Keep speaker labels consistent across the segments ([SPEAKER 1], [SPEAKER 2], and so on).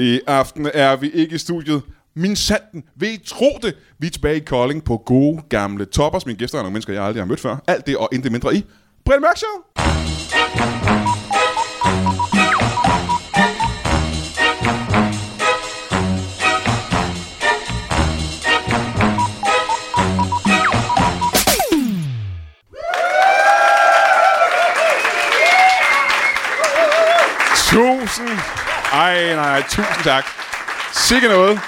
[SPEAKER 1] I aften er vi ikke i studiet. Min sanden, vil I tro det? Vi er tilbage i Kolding på gode gamle toppers. Mine gæster er nogle mennesker, jeg aldrig har mødt før. Alt det og intet mindre i Brian Mørk Show. Tusind. Ej, nej, nej, tusind tak. Sikke noget.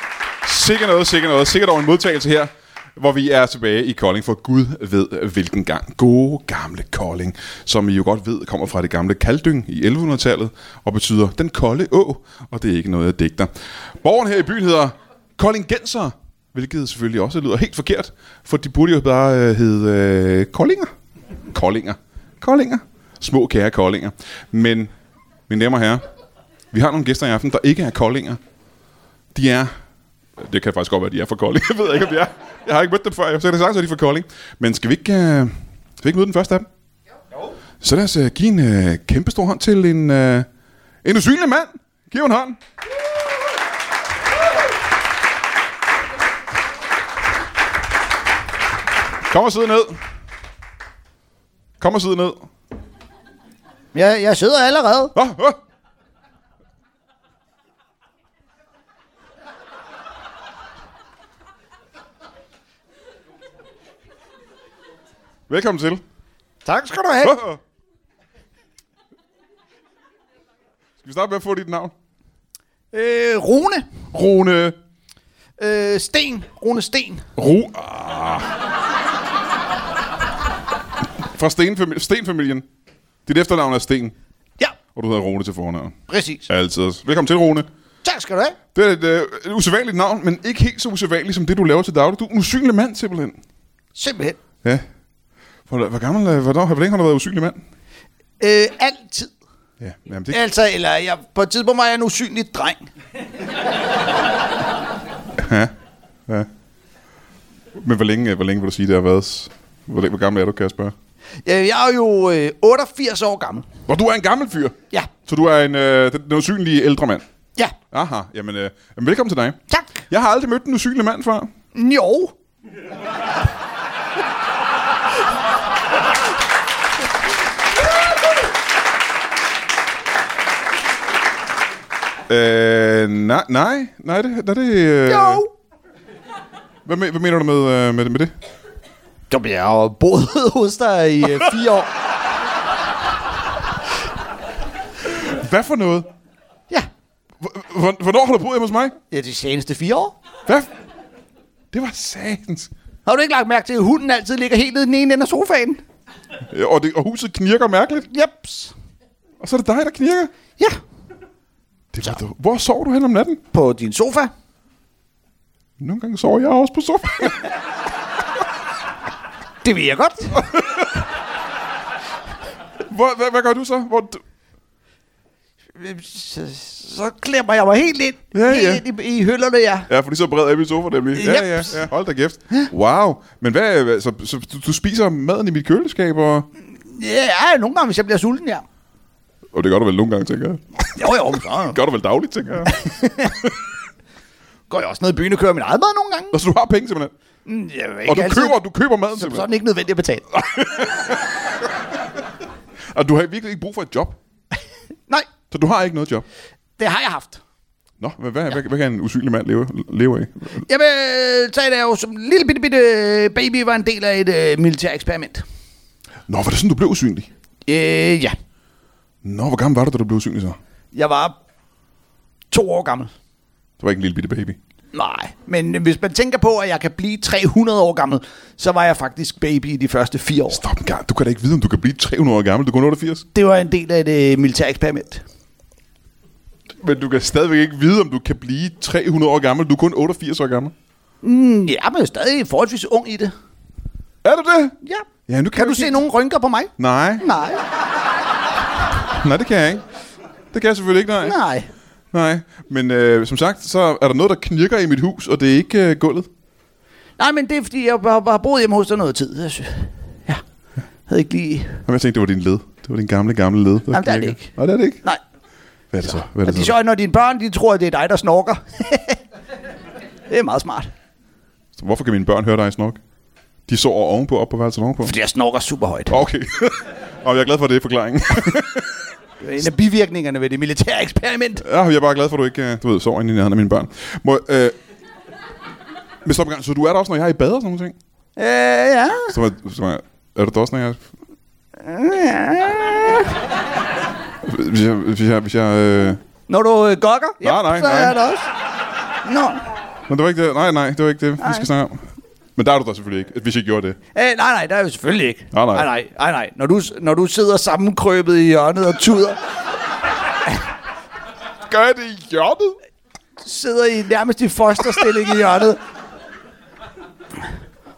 [SPEAKER 1] Sikke noget, sikke noget. Sikkert over en modtagelse her, hvor vi er tilbage i Kolding, for Gud ved hvilken gang. Gode gamle Kolding, som I jo godt ved kommer fra det gamle Kaldyng i 1100-tallet, og betyder den kolde å, og det er ikke noget, jeg digter. Borgen her i byen hedder Koldingenser, hvilket selvfølgelig også lyder helt forkert, for de burde jo bare øh, hedde øh, Koldinger. Koldinger. Koldinger. Små kære koldinger. Men mine damer og herrer, vi har nogle gæster i aften, der ikke er koldinger. De er... Det kan faktisk godt være, at de er fra Kolding. Jeg ved ikke, om de er. Jeg har ikke mødt dem før. Jeg har sagt, at de er fra Kolding. Men skal vi ikke, øh, skal vi ikke møde den første af dem? Jo. Så lad os øh, give en øh, kæmpe stor hånd til en, øh, en usynlig mand. Giv ham en hånd. Kom og sidde ned. Kom og sidde ned.
[SPEAKER 2] Jeg, jeg sidder allerede.
[SPEAKER 1] Nå, åh. Velkommen til.
[SPEAKER 2] Tak skal du have.
[SPEAKER 1] Åh. Skal vi starte med at få dit navn?
[SPEAKER 2] Øh, Rune.
[SPEAKER 1] Rune.
[SPEAKER 2] Øh, Sten. Rune Sten.
[SPEAKER 1] Ru... Ah. Fra Stenfamil- Stenfamilien. Dit efternavn er Sten,
[SPEAKER 2] Ja,
[SPEAKER 1] og du hedder Rune til fornavn.
[SPEAKER 2] præcis.
[SPEAKER 1] Altid. Velkommen til, Rune.
[SPEAKER 2] Tak skal du have.
[SPEAKER 1] Det er et, øh, et usædvanligt navn, men ikke helt så usædvanligt som det, du laver til daglig. Du er en usynlig mand, simpelthen.
[SPEAKER 2] Simpelthen.
[SPEAKER 1] Ja. Hvor, hvor gammel, øh, hvornår, hvor længe har du været usynlig mand?
[SPEAKER 2] Øh, altid.
[SPEAKER 1] Ja, jamen det,
[SPEAKER 2] Altså, eller jeg, på et tidspunkt var jeg en usynlig dreng.
[SPEAKER 1] ja. Men hvor længe, øh, hvor længe vil du sige, det har været? s- Hvor, længe, hvor gammel er du, kan jeg spørge?
[SPEAKER 2] Øh, Jeg er jo øh, 88 år gammel.
[SPEAKER 1] Hvor du er en gammel fyr.
[SPEAKER 2] Ja,
[SPEAKER 1] Så du er en, øh, den, den usynlige ældre mand.
[SPEAKER 2] ja.
[SPEAKER 1] Aha, jamen, øh, jamen velkommen til dig.
[SPEAKER 2] Tak.
[SPEAKER 1] Jeg har aldrig mødt en usynlig mand før.
[SPEAKER 2] Jo.
[SPEAKER 1] Øh, nej, nej, nej, det, nej, det øh,
[SPEAKER 2] Jo.
[SPEAKER 1] Hvad, me- hvad mener du med, øh, med, det- med det?
[SPEAKER 2] Jamen, jeg har jo boet hos dig i øh, fire år.
[SPEAKER 1] Hvad for noget?
[SPEAKER 2] Ja.
[SPEAKER 1] Hvor, hvor, hvornår har du boet hjemme hos mig?
[SPEAKER 2] ja, de seneste fire år.
[SPEAKER 1] Hvad? f- Det var satans.
[SPEAKER 2] Har du ikke lagt mærke til, at hunden altid ligger helt nede i den ene ende af sofaen?
[SPEAKER 1] Ja, Og, det, og huset knirker mærkeligt.
[SPEAKER 2] Jeps.
[SPEAKER 1] Og så er det dig, der knirker.
[SPEAKER 2] Ja.
[SPEAKER 1] Det var, du. Hvor sov du hen om natten?
[SPEAKER 2] På din sofa.
[SPEAKER 1] Nogle gange sover jeg også på sofaen.
[SPEAKER 2] Det vil jeg godt.
[SPEAKER 1] Hvor, hvad, hvad gør du så? Hvor, du-
[SPEAKER 2] Øhm, så, så klemmer jeg mig helt ind,
[SPEAKER 1] Ja,
[SPEAKER 2] helt
[SPEAKER 1] ja.
[SPEAKER 2] ind i, i hylderne, ja.
[SPEAKER 1] ja, fordi så bred er vi i sofa nemlig. Ja, ja,
[SPEAKER 2] Jeps.
[SPEAKER 1] ja. Hold da kæft. Wow. Men hvad, hvad- så, så du, du spiser maden i mit køleskab, og,
[SPEAKER 2] Ja, nogle gange, hvis jeg bliver sulten, ja.
[SPEAKER 1] og det gør du vel nogle gange, tænker jeg.
[SPEAKER 2] Jo, jo, men så
[SPEAKER 1] Gør du vel dagligt, tænker jeg.
[SPEAKER 2] går jeg også ned i byen og kører min eget mad nogle gange.
[SPEAKER 1] Og så Altså, du har penge simpelthen.
[SPEAKER 2] Mm, Jeg vil ikke
[SPEAKER 1] Og du
[SPEAKER 2] altid,
[SPEAKER 1] køber, du køber maden
[SPEAKER 2] Som
[SPEAKER 1] simpelthen.
[SPEAKER 2] sådan ikke nødvendigt at betale.
[SPEAKER 1] Og du har virkelig ikke brug for et job.
[SPEAKER 2] Nej,
[SPEAKER 1] Så du har ikke noget job.
[SPEAKER 2] det har jeg haft.
[SPEAKER 1] Nå, hvad, hvad, hvad, hvad kan en usynlig mand leve, leve af?
[SPEAKER 2] Jeg vil øh, tage det jo som lille bitte, bitte øh, baby var en del af et øh, militær eksperiment.
[SPEAKER 1] Nå, var det sådan, du blev usynlig?
[SPEAKER 2] Øh, ja.
[SPEAKER 1] Nå, hvor gammel var du, da du blev usynlig så?
[SPEAKER 2] Jeg var to år gammel.
[SPEAKER 1] Du var ikke en lille bitte baby.
[SPEAKER 2] Nej, men hvis man tænker på, at jeg kan blive 300 år gammel, så var jeg faktisk baby i de første fire år.
[SPEAKER 1] Stop en gang. Du kan da ikke vide, om du kan blive 300 år gammel. Du er kun 88.
[SPEAKER 2] Det var en del af et øh, militær eksperiment.
[SPEAKER 1] Men du kan stadigvæk ikke vide, om du kan blive 300 år gammel. Du er kun 88 år gammel.
[SPEAKER 2] Mm, ja, men stadig forholdsvis ung i det.
[SPEAKER 1] Er du det?
[SPEAKER 2] Ja.
[SPEAKER 1] Ja, nu kan
[SPEAKER 2] Kan
[SPEAKER 1] jeg
[SPEAKER 2] du
[SPEAKER 1] ikke-
[SPEAKER 2] se nogen rynker på mig?
[SPEAKER 1] Nej.
[SPEAKER 2] Nej,
[SPEAKER 1] Nej, det kan jeg ikke. Det kan jeg selvfølgelig ikke, nej.
[SPEAKER 2] nej.
[SPEAKER 1] Nej. Men øh, som sagt, så er der noget, der knirker i mit hus, og det er ikke øh, gulvet.
[SPEAKER 2] Nej, men det er, fordi jeg har har boet hjemme hos dig noget tid. Jeg synes, ja, havde ikke lige...
[SPEAKER 1] Jamen, jeg tænkte, det var din led. Det var din gamle, gamle led. Der
[SPEAKER 2] Jamen, det er det
[SPEAKER 1] knirker.
[SPEAKER 2] ikke. Altså,
[SPEAKER 1] Nej, det er det ikke.
[SPEAKER 2] Nej.
[SPEAKER 1] Hvad er det så? Hvad er
[SPEAKER 2] Og
[SPEAKER 1] det
[SPEAKER 2] de
[SPEAKER 1] så?
[SPEAKER 2] så, når dine børn de tror, at det er dig, der snorker. det er meget smart.
[SPEAKER 1] Så Hvorfor kan mine børn høre dig snorke? De sover ovenpå, op på værelset ovenpå.
[SPEAKER 2] Fordi jeg snorker super højt.
[SPEAKER 1] Okay. og jeg er glad for, at det er forklaringen.
[SPEAKER 2] Det er en af bivirkningerne ved det militære eksperiment.
[SPEAKER 1] ja, jeg er bare glad for, at du ikke øh, du ved, sover inde i nærheden af mine børn. Må, øh, men stop en gang. Så du er der også, når jeg er i bad og sådan noget?
[SPEAKER 2] Øh, ja.
[SPEAKER 1] Så, var- så, var- er du der også, når jeg... Hvis jeg... Hvis jeg, hvis jeg øh...
[SPEAKER 2] Når du øh, gokker, ja,
[SPEAKER 1] Nej, nej,
[SPEAKER 2] så
[SPEAKER 1] nej.
[SPEAKER 2] er det også. Nå.
[SPEAKER 1] Nå, det var ikke det. Nej, nej, det var ikke det, vi skal snakke om. Men der er du der selvfølgelig ikke, hvis jeg gjorde det.
[SPEAKER 2] Øh, nej, nej, der er jo selvfølgelig ikke.
[SPEAKER 1] Nej, nej.
[SPEAKER 2] nej, nej, nej, nej. Når, du, når du sidder sammenkrøbet i hjørnet og tuder,
[SPEAKER 1] Gør jeg det i hjørnet?
[SPEAKER 2] sidder i nærmest i fosterstilling i hjørnet,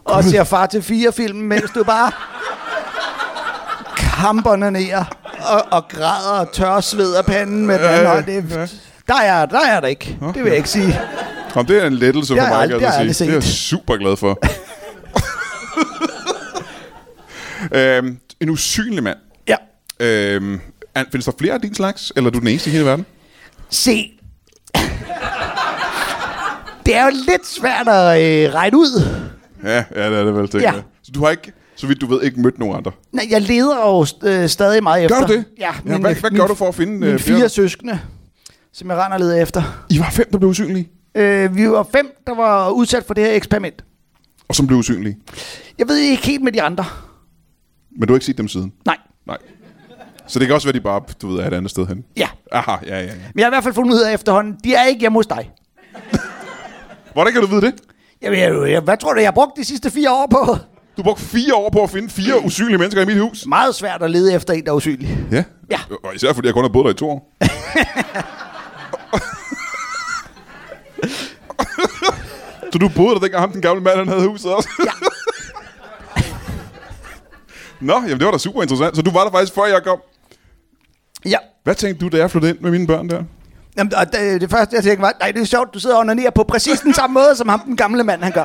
[SPEAKER 2] og ser far til fire filmen, mens du bare kamperne ned og, og græder og tør sved af panden med den anden
[SPEAKER 1] Ja,
[SPEAKER 2] hånd. Det,
[SPEAKER 1] ja.
[SPEAKER 2] der, er, jeg- der er jeg der ikke. Det vil jeg ikke sige.
[SPEAKER 1] Jamen, det er en lettelse
[SPEAKER 2] Det
[SPEAKER 1] for
[SPEAKER 2] har jeg
[SPEAKER 1] mig,
[SPEAKER 2] aldrig-
[SPEAKER 1] kan
[SPEAKER 2] det har
[SPEAKER 1] jeg
[SPEAKER 2] jeg
[SPEAKER 1] så sige. Det er jeg
[SPEAKER 2] aldrig
[SPEAKER 1] super glad for. øhm, en usynlig mand.
[SPEAKER 2] Ja.
[SPEAKER 1] Øhm, er- findes der flere af din slags, eller er du den eneste i hele verden?
[SPEAKER 2] Se. Det er jo lidt svært at øh, regne ud.
[SPEAKER 1] Ja, ja det er det vel, tænker
[SPEAKER 2] Ja.
[SPEAKER 1] jeg. Så du har ikke, så vidt du ved, ikke mødt nogen andre?
[SPEAKER 2] Nej, jeg leder jo øh, stadig meget
[SPEAKER 1] Gør
[SPEAKER 2] efter.
[SPEAKER 1] du det?
[SPEAKER 2] Ja.
[SPEAKER 1] Ja, hvad- hvad gør du for at finde, øh,
[SPEAKER 2] Mine
[SPEAKER 1] flere?
[SPEAKER 2] fire søskende, som jeg render og leder efter.
[SPEAKER 1] I var fem, der blev usynlige,
[SPEAKER 2] Øh, vi var fem, der var udsat for det her eksperiment.
[SPEAKER 1] og som blev usynlige.
[SPEAKER 2] Jeg ved ikke helt med de andre.
[SPEAKER 1] Men du har ikke set dem siden?
[SPEAKER 2] Nej.
[SPEAKER 1] Nej. Så det kan også være, de bare, du ved, er et andet sted hen.
[SPEAKER 2] Ja.
[SPEAKER 1] Aha, ja, ja, ja.
[SPEAKER 2] Men jeg har i hvert fald fundet ud af efterhånden, de er ikke hjemme hos dig.
[SPEAKER 1] Hvordan kan du vide det?
[SPEAKER 2] Jamen, jeg, jeg, hvad tror du, jeg har brugt de sidste fire år på?
[SPEAKER 1] Du brugte fire år på at finde fire usynlige mennesker i mit hus.
[SPEAKER 2] Meget svært at lede efter en, der er usynlig.
[SPEAKER 1] Ja.
[SPEAKER 2] Ja.
[SPEAKER 1] Og især fordi jeg kun har boet der i to år. så du boede der dengang ham, den gamle mand, han havde huset også?
[SPEAKER 2] Ja.
[SPEAKER 1] Nå, jamen det var da super interessant. Så du var der faktisk før jeg kom.
[SPEAKER 2] ja.
[SPEAKER 1] Hvad tænkte du, da jeg flyttede ind med mine børn der?
[SPEAKER 2] Jamen, og det, det første, jeg tænkte var, nej, det er sjovt, du sidder og onanerer på præcis den samme måde, som ham, den gamle mand, han gør.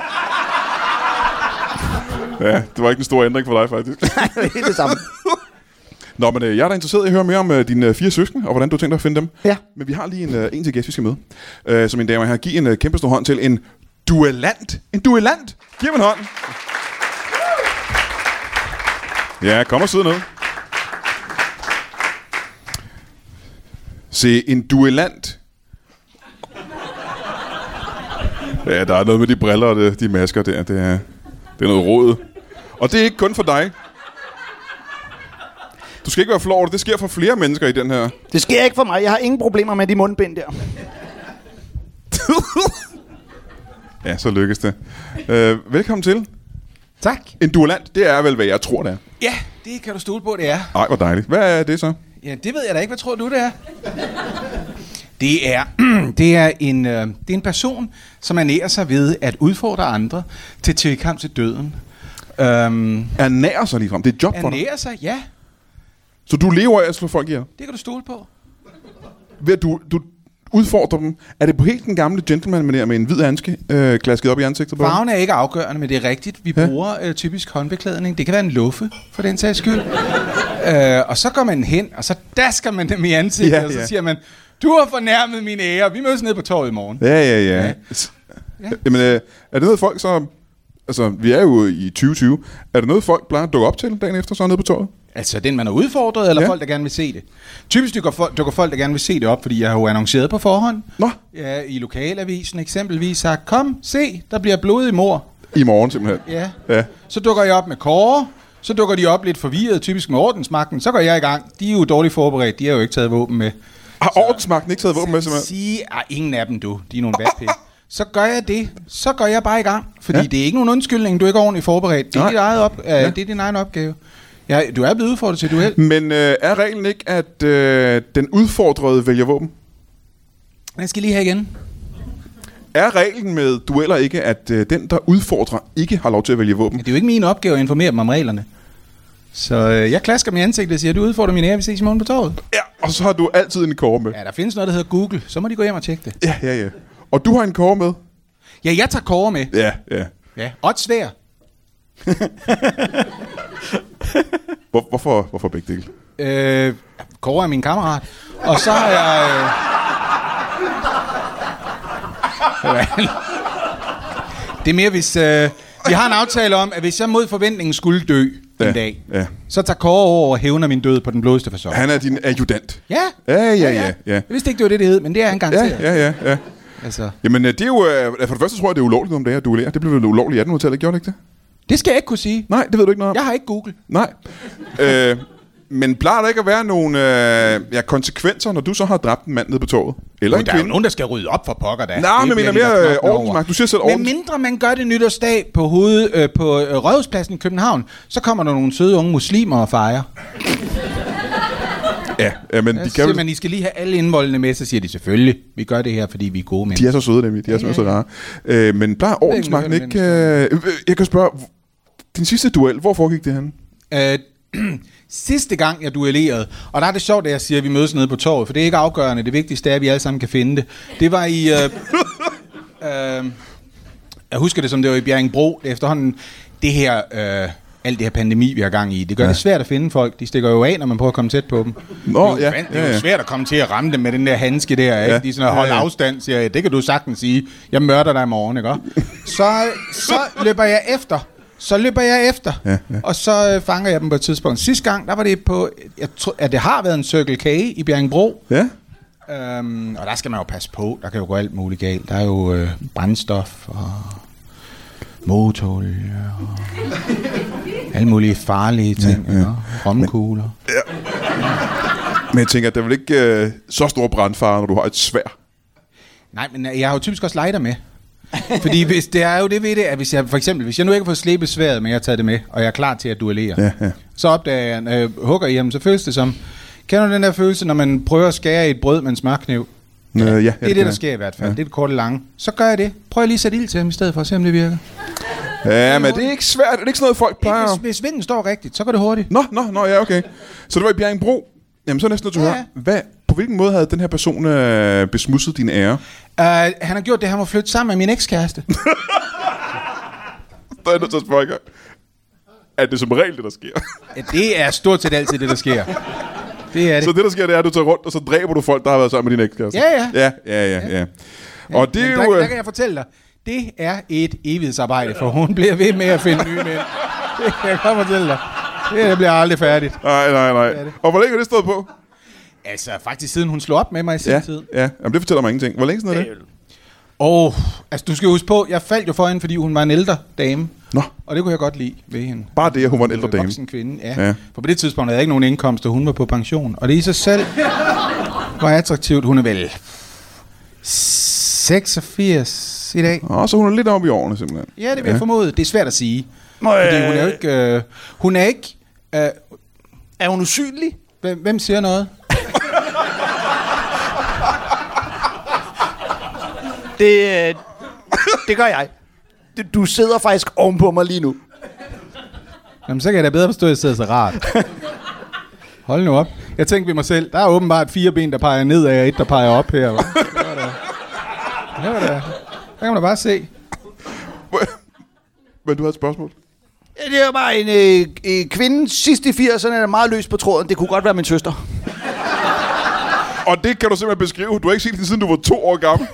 [SPEAKER 1] Ja, det var ikke en stor ændring for dig faktisk.
[SPEAKER 2] Nej, det er helt det samme.
[SPEAKER 1] Nå, men øh, jeg er da interesseret i at høre mere om øh, dine øh, fire søskende, og hvordan du tænker at finde dem.
[SPEAKER 2] Ja.
[SPEAKER 1] Men vi har lige en, øh, en til gæst, vi skal møde. Øh, så mine damer og herrer, giv en øh, kæmpe stor hånd til en duellant. En duellant! Giv ham en hånd. Ja, kom og sidde ned. Se, en duellant. Ja, der er noget med de briller og det, de masker der. Det er, det er noget råd. Og det er ikke kun for dig. Du skal ikke være flov over det. Det sker for flere mennesker i den her.
[SPEAKER 2] Det sker ikke for mig. Jeg har ingen problemer med de mundbind der.
[SPEAKER 1] Ja, så lykkes det. Øh, velkommen til.
[SPEAKER 3] Tak.
[SPEAKER 1] En duolant, det er vel, hvad jeg tror, det er.
[SPEAKER 3] Ja, det kan du stole på, det er.
[SPEAKER 1] Ej, hvor dejligt. Hvad er det så?
[SPEAKER 3] Ja, det ved jeg da ikke. Hvad tror du, det er? Det er, det er, en, øh, det er en person, som ernærer sig ved at udfordre andre til tilkamp til døden. Øhm,
[SPEAKER 1] Er nær sig ligefrem. Det er et job for dig.
[SPEAKER 3] ernærer sig, ja.
[SPEAKER 1] Så du lever af at slå folk ihjel.
[SPEAKER 3] Det kan du stole på.
[SPEAKER 1] Ved at du, du udfordrer dem. Er det på helt den gamle gentleman manier med en hvid handske øh, klasket op i ansigtet på dem?
[SPEAKER 3] Farven er ikke afgørende, men det er rigtigt. Vi
[SPEAKER 1] Ja.
[SPEAKER 3] bruger øh, typisk håndbeklædning. Det kan være en luffe, for den sags skyld. øh, og så går man hen, og så dasker man dem i ansigtet,
[SPEAKER 1] Ja,
[SPEAKER 3] ja, og så
[SPEAKER 1] ja.
[SPEAKER 3] ja. siger man, du har fornærmet min ære, vi mødes nede på torvet i morgen.
[SPEAKER 1] Ja, ja, ja. ja.
[SPEAKER 3] Ja.
[SPEAKER 1] ja. Jamen, øh, er det noget folk så... Altså, vi er jo i 2020. Er det noget, folk plejer at dukke op til dagen efter, så er nede på toget?
[SPEAKER 3] Altså den, man har udfordret, eller
[SPEAKER 1] Ja.
[SPEAKER 3] ja. folk, der gerne vil se det? Typisk dukker folk, dukker folk, der gerne vil se det op, fordi jeg har jo annonceret på forhånd.
[SPEAKER 1] Nå.
[SPEAKER 3] Ja, I lokalavisen eksempelvis sagt, kom, se, der bliver blodig mor.
[SPEAKER 1] I morgen simpelthen.
[SPEAKER 3] Ja.
[SPEAKER 1] Ja.
[SPEAKER 3] Så dukker jeg op med kåre, så dukker de op lidt forvirret, typisk med ordensmagten. Så går jeg i gang. De er jo dårligt forberedt, de har jo ikke taget våben med.
[SPEAKER 1] Har ordensmagten ikke taget våben med, simpelthen?
[SPEAKER 3] Sige, ah, ingen af dem du, de er nogle vatpikke. Så gør jeg det, så går jeg bare i gang. Fordi
[SPEAKER 1] Ja.
[SPEAKER 3] ja. det er ikke nogen undskyldning, du er ikke ordentligt forberedt. Det er,
[SPEAKER 1] Nej.
[SPEAKER 3] dit eget op, uh, ja. det er din egen opgave. Ja, du er blevet udfordret til duel.
[SPEAKER 1] Men øh, er reglen ikke, at øh, den udfordrede vælger våben?
[SPEAKER 3] Jeg skal lige have igen.
[SPEAKER 1] Er reglen med dueller ikke, at øh, den, der udfordrer, ikke har lov til at vælge våben?
[SPEAKER 3] Men det er jo ikke min opgave at informere dem om reglerne. Så øh, jeg klasker dem i ansigtet og siger, du udfordrer min ære, vi ses i morgen på torvet.
[SPEAKER 1] Ja, og så har du altid en kåre med.
[SPEAKER 3] Ja, der findes noget, der hedder Google. Så må de gå hjem og tjekke det.
[SPEAKER 1] Ja, ja, ja. Og du har en kåre med?
[SPEAKER 3] Ja, jeg tager kåre med.
[SPEAKER 1] Ja, ja.
[SPEAKER 3] Ja. Oddsvær.
[SPEAKER 1] Hvor, hvorfor, hvorfor begge dele?
[SPEAKER 3] Øh, Kåre er min kammerat. Og så har jeg... Øh... Well. øh, Det er mere, hvis... Øh... Vi har en aftale om, at hvis jeg mod forventningen skulle dø ja.
[SPEAKER 1] Ja,
[SPEAKER 3] en dag,
[SPEAKER 1] ja.
[SPEAKER 3] så tager Kåre over og hævner min død på den blodeste fasong.
[SPEAKER 1] Han er din adjutant.
[SPEAKER 3] Ja.
[SPEAKER 1] Ja, ja, ja, ja.
[SPEAKER 3] Jeg vidste ikke, det var det, det hed, men det er han
[SPEAKER 1] Ja,
[SPEAKER 3] garanteret.
[SPEAKER 1] ja, ja, ja.
[SPEAKER 3] Altså,
[SPEAKER 1] Jamen, øh, det er jo... øh, For det første tror jeg, det er ulovligt om det her at duellere. Det blev vel ulovligt i 1800-tallet, gjorde det ikke det?
[SPEAKER 3] det skal jeg ikke kunne sige.
[SPEAKER 1] Nej, det ved du ikke noget om.
[SPEAKER 3] Jeg har ikke Google.
[SPEAKER 1] Nej. Øh, men plejer der ikke at være nogle øh, ja, konsekvenser, når du så har dræbt en mand nede på toget? Eller en
[SPEAKER 3] Der er jo
[SPEAKER 1] kvinde?
[SPEAKER 3] nogen, der skal rydde op for pokker, da.
[SPEAKER 1] Nej, men jeg mener
[SPEAKER 3] bliver de da
[SPEAKER 1] mere øh,
[SPEAKER 3] knoklet over.
[SPEAKER 1] ordensmagt. Du siger selv
[SPEAKER 3] Men
[SPEAKER 1] ordens...
[SPEAKER 3] mindre man gør det nytårsdag på, hoved, øh, på øh, Rådhuspladsen i København, så kommer der nogle søde unge muslimer og fejrer.
[SPEAKER 1] Ja, ja, men de,
[SPEAKER 3] De siger
[SPEAKER 1] kan jo,
[SPEAKER 3] man, I skal lige have alle indvoldene med, så siger de selvfølgelig, vi gør det her, fordi vi er gode mænd.
[SPEAKER 1] de er så søde, nemlig. De er simpelthen så rare. Øh, men plejer ordensmagten
[SPEAKER 3] det er
[SPEAKER 1] ikke... Øh, øh, jeg kan spørge... hv- Din sidste duel, hvor foregik det henne?
[SPEAKER 3] Øh, sidste gang, jeg duellerede, og der er det sjovt, at jeg siger, at vi mødes nede på torvet, for det er ikke afgørende. Det vigtigste er, at vi alle sammen kan finde det. Det var i... Øh, øh, jeg husker det, som det var i Bjerringbro. Det er efterhånden det her... Øh, alt det her pandemi, vi har gang i, det gør ja. det svært at finde folk. De stikker jo af, når man prøver at komme tæt på dem.
[SPEAKER 1] Nå,
[SPEAKER 3] det er jo,
[SPEAKER 1] ja,
[SPEAKER 3] fan- det er jo
[SPEAKER 1] ja, ja.
[SPEAKER 3] svært at komme til at ramme dem med den der handske der. Ikke?
[SPEAKER 1] Ja,
[SPEAKER 3] De er sådan, hold
[SPEAKER 1] ja, ja.
[SPEAKER 3] afstand, siger jeg. Det kan du sagtens sige. Jeg mørder dig i morgen, ikke? også? Så, så løber jeg efter. Så løber jeg efter.
[SPEAKER 1] Ja, ja.
[SPEAKER 3] Og så øh, fanger jeg dem på et tidspunkt. Sidste gang, der var det på, jeg tror, at det har været en Circle K i Bjerringbro.
[SPEAKER 1] Ja?
[SPEAKER 3] Øhm, og der skal man jo passe på. Der kan jo gå alt muligt galt. Der er jo øh, brændstof og motorolie og alle mulige farlige ting. Ja, ja. Romkugler.
[SPEAKER 1] Men jeg tænker, der er vel ikke øh, så stor brandfare, når du har et svær.
[SPEAKER 3] Nej, men øh, jeg har jo typisk også lighter med. Fordi hvis, det er jo det ved det, at hvis jeg for eksempel, hvis jeg nu ikke har fået slebet sværet, men jeg har taget det med, og jeg er klar til at duellere,
[SPEAKER 1] Ja, ja.
[SPEAKER 3] så opdager jeg, når jeg hugger i ham, så føles det som, kender du den der følelse, når man prøver at skære i et brød med en smørkniv?
[SPEAKER 1] Øh, ja, ja,
[SPEAKER 3] Ja, det er det, der sker i hvert fald. Ja. Det er det korte lange. Så gør jeg det. Prøv lige at sætte ild til ham i stedet for, at se om det virker.
[SPEAKER 1] Ja, men det er ikke svært. Det er ikke sådan noget, folk plejer.
[SPEAKER 3] Ikke, hvis, hvis vinden står rigtigt, så går det hurtigt.
[SPEAKER 1] Nå, nå, nå, ja, okay. Så det var i Bjerringbro. Jamen, så er jeg næsten nødt til at
[SPEAKER 3] Ja,
[SPEAKER 1] høre, hvad, på hvilken måde havde den her person øh, besmusset din ære?
[SPEAKER 3] Uh, han har gjort det, han må flytte sammen med min ekskæreste.
[SPEAKER 1] Der er jeg nødt til at spørge, ikke? er det som regel det, der sker?
[SPEAKER 3] ja, det er stort set altid det, der sker. Det er det.
[SPEAKER 1] så det, der sker, det er, at du tager rundt, og så dræber du folk, der har været sammen med din ekskæreste.
[SPEAKER 3] Ja, ja.
[SPEAKER 1] Ja, ja, ja, ja. Og det er
[SPEAKER 3] Men
[SPEAKER 1] jo...
[SPEAKER 3] Der,
[SPEAKER 1] øh,
[SPEAKER 3] der kan jeg fortælle dig, det er et evighedsarbejde, for hun bliver ved med at finde nye mænd. Det kan jeg godt fortælle dig. Det bliver aldrig færdigt.
[SPEAKER 1] Nej, nej, nej.
[SPEAKER 3] det.
[SPEAKER 1] Og hvor længe har det stået på?
[SPEAKER 3] Altså, faktisk siden hun slog op med mig i sin
[SPEAKER 1] Ja,
[SPEAKER 3] tid.
[SPEAKER 1] ja. Jamen, det fortæller mig ingenting. Hvor længe siden er det?
[SPEAKER 3] Åh, oh, altså du skal huske på, jeg faldt jo for hende, fordi hun var en ældre dame.
[SPEAKER 1] Nå,
[SPEAKER 3] Og det kunne jeg godt lide ved hende.
[SPEAKER 1] bare det, at hun var en ældre dame.
[SPEAKER 3] Voksen kvinde, ja.
[SPEAKER 1] Ja.
[SPEAKER 3] ja. For på det tidspunkt havde jeg ikke nogen indkomst, og hun var på pension. Og det i sig selv var attraktivt. Hun er vel 86 i dag.
[SPEAKER 1] Og så hun er lidt oppe i årene, simpelthen.
[SPEAKER 3] Ja, det vil ja. jeg formode. Det er svært at sige.
[SPEAKER 2] Må,
[SPEAKER 3] Fordi
[SPEAKER 2] øh,
[SPEAKER 3] hun er jo ikke... Øh, hun er ikke... Øh,
[SPEAKER 2] Er hun usynlig?
[SPEAKER 3] hvem, hvem siger noget?
[SPEAKER 2] Det, øh, det gør jeg. Det- Du sidder faktisk ovenpå mig lige nu.
[SPEAKER 3] Jamen, så kan jeg da bedre forstå, at jeg sidder så rart. Hold nu op. Jeg tænkte ved mig selv, der er åbenbart fire ben, der peger nedad, og et, der peger op her. hva? Det var da... Det var da... Der kan man da bare se.
[SPEAKER 1] Men du havde et spørgsmål?
[SPEAKER 2] Det er bare en øh, øh, kvinde sidst i 80'erne, der er meget løs på tråden. Det kunne godt være min søster.
[SPEAKER 1] Og det kan du simpelthen beskrive. Du har ikke set det, siden du var to år gammel.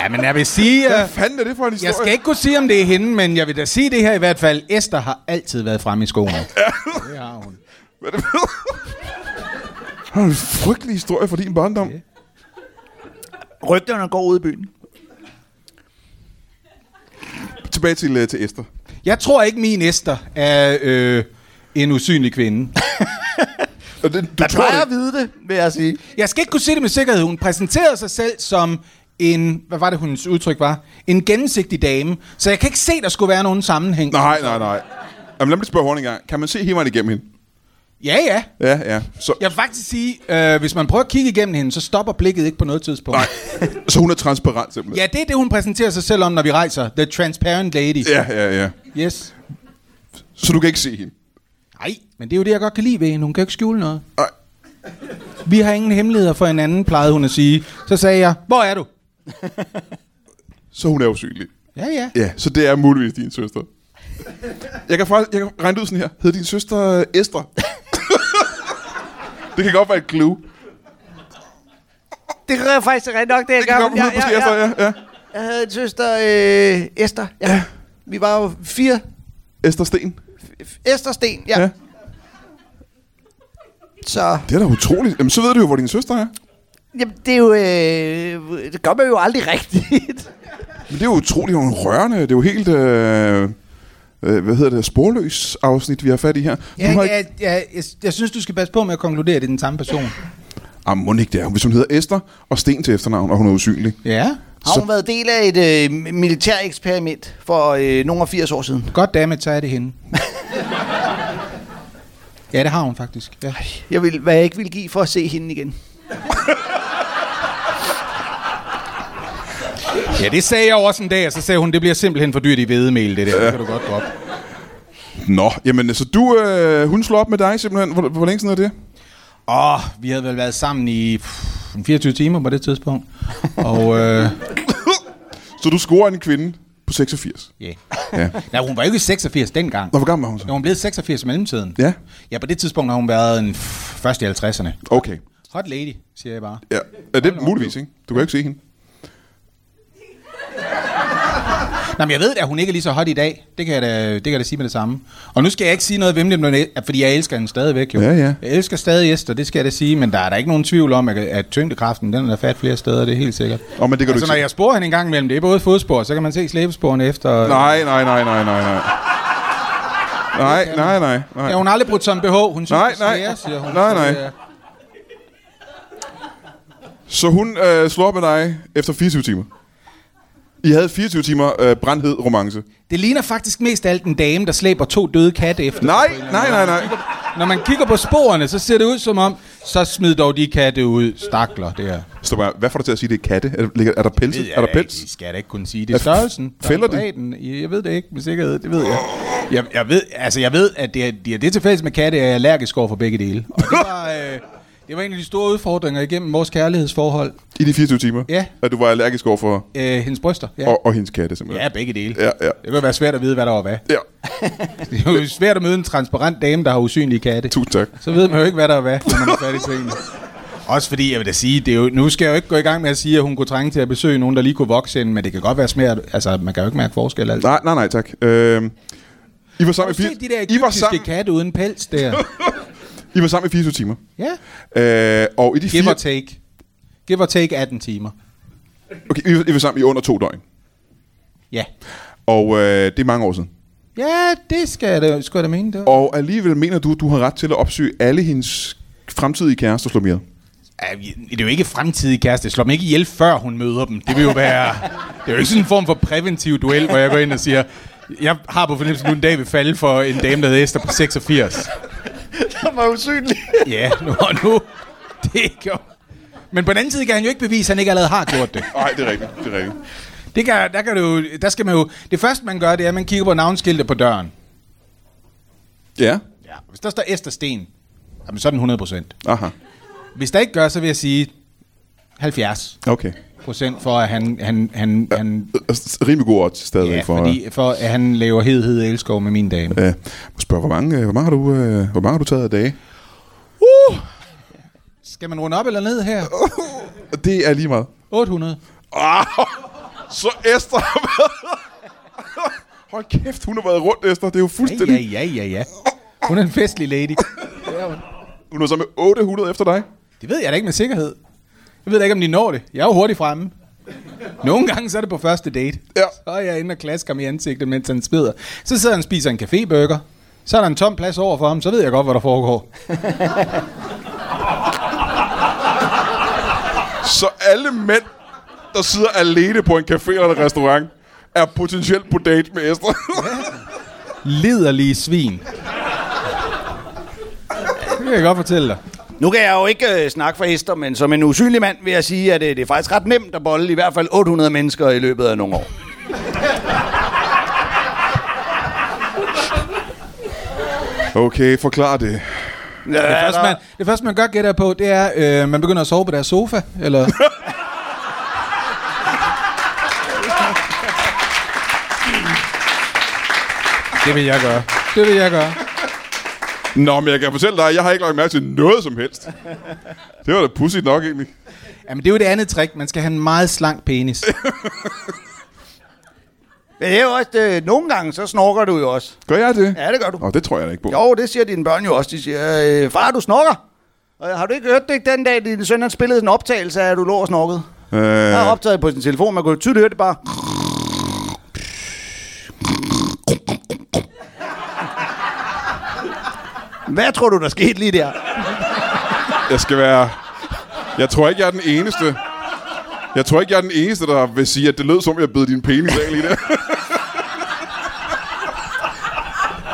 [SPEAKER 3] Ja, men jeg vil sige...
[SPEAKER 1] Hvad
[SPEAKER 3] Øh,
[SPEAKER 1] fanden er det for en historie?
[SPEAKER 3] jeg skal ikke kunne sige, om det er hende, men jeg vil da sige det her i hvert fald. Esther har altid været fremme i skoene. Det har hun.
[SPEAKER 1] Hvad er det Det er en frygtelig historie fra din barndom.
[SPEAKER 3] Ja.
[SPEAKER 2] Rygterne går ud i byen.
[SPEAKER 1] Tilbage til, øh, til Esther.
[SPEAKER 3] Jeg tror ikke, min Esther er øh, en usynlig kvinde.
[SPEAKER 1] Og det, du
[SPEAKER 2] Jeg
[SPEAKER 1] tror
[SPEAKER 2] plejer at
[SPEAKER 1] det.
[SPEAKER 2] vide det, vil jeg sige.
[SPEAKER 3] Jeg skal ikke kunne sige det med sikkerhed. Hun præsenterede sig selv som en, hvad var det, hendes udtryk var? En gennemsigtig dame. Så jeg kan ikke se, der skulle være nogen sammenhæng.
[SPEAKER 1] Nej, nej, nej. Jamen, lad mig lige spørge hurtigt en gang. Kan man se hele vejen igennem hende?
[SPEAKER 3] Ja, ja.
[SPEAKER 1] Ja, ja. Så,
[SPEAKER 3] Jeg vil faktisk sige, øh, hvis man prøver at kigge igennem hende, så stopper blikket ikke på noget tidspunkt.
[SPEAKER 1] nej. så hun er transparent simpelthen.
[SPEAKER 3] Ja, det er det, hun præsenterer sig selv om, når vi rejser. The Transparent Lady.
[SPEAKER 1] Ja, ja, ja.
[SPEAKER 3] Yes.
[SPEAKER 1] Så du kan ikke se hende?
[SPEAKER 3] Nej, men det er jo det, jeg godt kan lide ved hende. Hun kan jo ikke skjule noget.
[SPEAKER 1] Nej.
[SPEAKER 3] Vi har ingen hemmeligheder for hinanden, plejede hun at sige. Så sagde jeg, hvor er du?
[SPEAKER 1] Så hun er usynlig.
[SPEAKER 3] Ja, ja.
[SPEAKER 1] Ja, så det er muligvis din søster. Jeg kan faktisk jeg kan regne det ud sådan her. Hed din søster øh, Esther? det kan godt være et clue.
[SPEAKER 2] Det kan jeg faktisk rigtig nok, det jeg
[SPEAKER 1] Det kan godt være, hun hedder måske Esther, ja. ja.
[SPEAKER 2] Jeg havde en søster, øh, Esther. Ja. ja. Vi var jo fire.
[SPEAKER 1] Esther Sten.
[SPEAKER 2] Esther Sten, ja.
[SPEAKER 1] Ja.
[SPEAKER 2] ja. Så
[SPEAKER 1] Det er da utroligt. Jamen, så ved du jo, hvor din søster er.
[SPEAKER 2] jamen, det er jo... Øh, det gør man jo aldrig rigtigt.
[SPEAKER 1] Men det er jo utroligt, hun er rørende. Det er jo helt... Øh, øh, hvad hedder det? Sporløs afsnit, vi har fat i her.
[SPEAKER 3] Ja,
[SPEAKER 1] Hun har
[SPEAKER 3] ja, ja, jeg, jeg synes, du skal passe på med at konkludere, at det er den samme person.
[SPEAKER 1] Ah, må ikke det er. Hvis hun hedder Esther og Sten til efternavn, og hun er usynlig.
[SPEAKER 3] Ja.
[SPEAKER 2] Har hun været del af et øh, militær eksperiment for øh, nogle af 80 år siden?
[SPEAKER 3] Godt dammit, så er det hende. ja, det har hun faktisk. Ja.
[SPEAKER 2] Jeg vil, hvad jeg ikke vil give for at se hende igen.
[SPEAKER 3] ja, det sagde jeg jo også en dag, og så sagde hun, det bliver simpelthen for dyrt i vedemel, det der. Det kan du godt droppe.
[SPEAKER 1] Nå, jamen, så du, øh, hun slår op med dig simpelthen. Hvor, hvor længe siden er det?
[SPEAKER 3] Åh, oh, vi havde vel været sammen i pff, en 24 timer på det tidspunkt. Og øh,
[SPEAKER 1] Så du scorer en kvinde på 86.
[SPEAKER 3] yeah.
[SPEAKER 1] Ja.
[SPEAKER 3] Nej, hun var jo ikke 86 dengang.
[SPEAKER 1] Nå, hvor gammel var hun så?
[SPEAKER 3] Ja, hun blev 86 i mellemtiden.
[SPEAKER 1] Ja.
[SPEAKER 3] Ja, på det tidspunkt har hun været en f- først i 50'erne.
[SPEAKER 1] Okay.
[SPEAKER 3] Hot lady, siger jeg bare.
[SPEAKER 1] Ja. Er det muligvis, ikke? Du kan jo ikke se hende.
[SPEAKER 3] Nå, men jeg ved da, at hun ikke er lige så hot i dag. Det kan jeg da, det kan jeg da sige med det samme. Og nu skal jeg ikke sige noget vemmeligt, men jeg- fordi jeg elsker hende stadigvæk jo.
[SPEAKER 1] Ja, ja.
[SPEAKER 3] Jeg elsker stadig Esther, det skal jeg da sige, men der er der ikke nogen tvivl om, at, at tyngdekraften, den er der fat flere steder, det er helt sikkert.
[SPEAKER 1] Åh, men det kan du
[SPEAKER 3] altså,
[SPEAKER 1] ikke
[SPEAKER 3] når
[SPEAKER 1] se.
[SPEAKER 3] jeg sporer hende en gang imellem, det er både fodspor, så kan man se slæbesporene efter.
[SPEAKER 1] Nej, nej, nej, nej, nej, nej. Nej, nej, nej, nej.
[SPEAKER 3] Ja, hun har aldrig brudt sådan en BH. Hun synes,
[SPEAKER 1] Nej,
[SPEAKER 3] det er
[SPEAKER 1] nej.
[SPEAKER 3] svære, siger hun.
[SPEAKER 1] Nej,
[SPEAKER 3] Så øh, det
[SPEAKER 1] nej.
[SPEAKER 3] er-
[SPEAKER 1] Så hun øh, slår op med dig efter 24 timer. I havde 24 timer øh, brandhed romance.
[SPEAKER 3] Det ligner faktisk mest alt en dame, der slæber to døde katte efter. sig
[SPEAKER 1] Nej,
[SPEAKER 3] på en eller anden
[SPEAKER 1] nej,
[SPEAKER 3] måde.
[SPEAKER 1] nej, nej.
[SPEAKER 3] Når man kigger på sporene, så ser det ud som om, så smid dog de katte ud, stakler der.
[SPEAKER 1] Så bare, hvad får du til at sige, det er katte? Er der, ligger- er der pels? Er der pels?
[SPEAKER 3] Det skal jeg da ikke kunne sige. Det
[SPEAKER 1] Er
[SPEAKER 3] er
[SPEAKER 1] f-
[SPEAKER 3] størrelsen. der er
[SPEAKER 1] fælder de?
[SPEAKER 3] bredden. Jeg ved det ikke med sikkerhed, det ved jeg. Jeg, jeg, ved, altså, jeg ved, at det er, det er det til fælles med katte, at jeg er allergisk over for begge dele. Og det var, øh, det var en af de store udfordringer igennem vores kærlighedsforhold.
[SPEAKER 1] I de 24 timer?
[SPEAKER 3] Ja.
[SPEAKER 1] At du var allergisk over for
[SPEAKER 3] Øh, hendes bryster. Ja.
[SPEAKER 1] og, og hendes katte, simpelthen?
[SPEAKER 3] ja, begge dele.
[SPEAKER 1] Ja, ja.
[SPEAKER 3] Det kan være svært at vide, hvad der var hvad.
[SPEAKER 1] Ja,
[SPEAKER 3] Det er jo svært at møde en transparent dame, der har usynlige katte.
[SPEAKER 1] tusind tak.
[SPEAKER 3] Så ved man jo ikke, hvad der er hvad, når man er fat i tingene. Også fordi, jeg vil da sige, det er jo, nu skal jeg jo ikke gå i gang med at sige, at hun kunne trænge til at besøge nogen, der lige kunne vokse ind, men det kan godt være smert. Altså, man kan jo ikke mærke forskel altid.
[SPEAKER 1] Nej, nej, nej, tak. Øhm, I var sammen, i,
[SPEAKER 3] Se
[SPEAKER 1] fire,
[SPEAKER 3] de der
[SPEAKER 1] I, var
[SPEAKER 3] egyptiske
[SPEAKER 1] sammen,
[SPEAKER 3] katte uden pels der.
[SPEAKER 1] I var sammen i 24 timer.
[SPEAKER 3] Ja.
[SPEAKER 1] Øh, og i de
[SPEAKER 3] Give
[SPEAKER 1] fire,
[SPEAKER 3] or take. Give or take 18 timer.
[SPEAKER 1] okay, I, var, I var sammen i under to døgn.
[SPEAKER 3] Ja.
[SPEAKER 1] Og øh, det er mange år siden.
[SPEAKER 3] Ja, det skal jeg da, skal jeg da mene. Det var.
[SPEAKER 1] Og alligevel mener du, du har ret til at opsøge alle hendes fremtidige kærester slå mere.
[SPEAKER 3] Ja, vi- Det er jo ikke fremtidige kæreste. Slå dem ikke ihjel, før hun møder dem. Det vil jo være... Det er jo ikke sådan en form for præventiv duel, hvor jeg går ind og siger, jeg har på fornemmelsen, at du en dag vil falde for en dame, der hedder Esther på 86.
[SPEAKER 2] Han var usynlig.
[SPEAKER 3] Ja, nu og nu. Det er jo... Men på den anden side kan han jo ikke bevise, at han ikke allerede har gjort det.
[SPEAKER 1] Nej, det er rigtigt. Det er rigtigt.
[SPEAKER 3] det kan, der, kan du, der skal man jo... Det første, man gør, det er, at man kigger på navnskilte på døren.
[SPEAKER 1] Ja.
[SPEAKER 3] Ja. Hvis der står Esther Sten, jamen så er den 100 procent.
[SPEAKER 1] Aha.
[SPEAKER 3] Hvis der ikke gør, så vil jeg sige 70
[SPEAKER 1] Okay.
[SPEAKER 3] procent for, at han, han, han, han
[SPEAKER 1] Øh, s- Rimelig god odds stadig
[SPEAKER 3] Ja,
[SPEAKER 1] for...
[SPEAKER 3] for, fordi for, at han laver hed, hed elskov med min dame.
[SPEAKER 1] Øh, må spørge, hvor mange, øh, hvor, mange har du, øh, hvor mange har du taget af dage?
[SPEAKER 3] Skal man runde op eller ned her?
[SPEAKER 1] Og Det er lige meget.
[SPEAKER 3] 800.
[SPEAKER 1] Ah, så Esther har været... Hold kæft, hun har været rundt, Esther. Det er jo fuldstændig...
[SPEAKER 3] Ja, ja, ja, ja. Hun er en festlig lady.
[SPEAKER 1] Hun er så med 800 efter dig.
[SPEAKER 3] Det ved jeg da ikke med sikkerhed. Jeg ved da ikke, om de når det. Jeg er jo hurtigt fremme. Nogle gange så er det på første date.
[SPEAKER 1] Ja.
[SPEAKER 3] Så er jeg inde og klasker ham i ansigtet, mens han spider. Så sidder han og spiser en caféburger. Så er der en tom plads over for ham, så ved jeg godt, hvad der foregår.
[SPEAKER 1] Så alle mænd, der sidder alene på en café eller en restaurant, er potentielt på date med Esther.
[SPEAKER 3] Liderlige svin. kan jeg godt fortælle dig.
[SPEAKER 2] Nu kan jeg jo ikke øh, snakke for hester, men som en usynlig mand vil jeg sige, at øh, det er faktisk ret nemt at bolde i hvert fald 800 mennesker i løbet af nogle år.
[SPEAKER 1] Okay, forklar det.
[SPEAKER 2] Ja,
[SPEAKER 3] Det første, man, det første, man gør gætter på, det er, øh, man begynder at sove på deres sofa, eller... det vil jeg gøre. Det vil jeg gøre.
[SPEAKER 1] Nå, men jeg kan fortælle dig, jeg har ikke lagt mærke til noget som helst. Det var da pudsigt nok, egentlig.
[SPEAKER 3] Jamen, det er jo det andet trick. Man skal have en meget slank penis.
[SPEAKER 2] Men det er jo også, det, nogle gange så snorker du jo også.
[SPEAKER 1] Gør jeg det?
[SPEAKER 2] Ja, det gør du.
[SPEAKER 1] Nå, det tror jeg da ikke på.
[SPEAKER 2] Jo, det siger dine børn jo også. De siger, øh, far, du snorker. Og har du ikke hørt det den dag, din søn han spillede en optagelse af, at du lå og snorkede?
[SPEAKER 1] Øh,
[SPEAKER 2] Jeg har optaget på sin telefon, man kunne tydeligt høre det bare. Hvad tror du, der skete lige der?
[SPEAKER 1] jeg skal være... Jeg tror ikke, jeg er den eneste... Jeg tror ikke, jeg er den eneste, der vil sige, at det lød som, jeg bed din penis af lige der.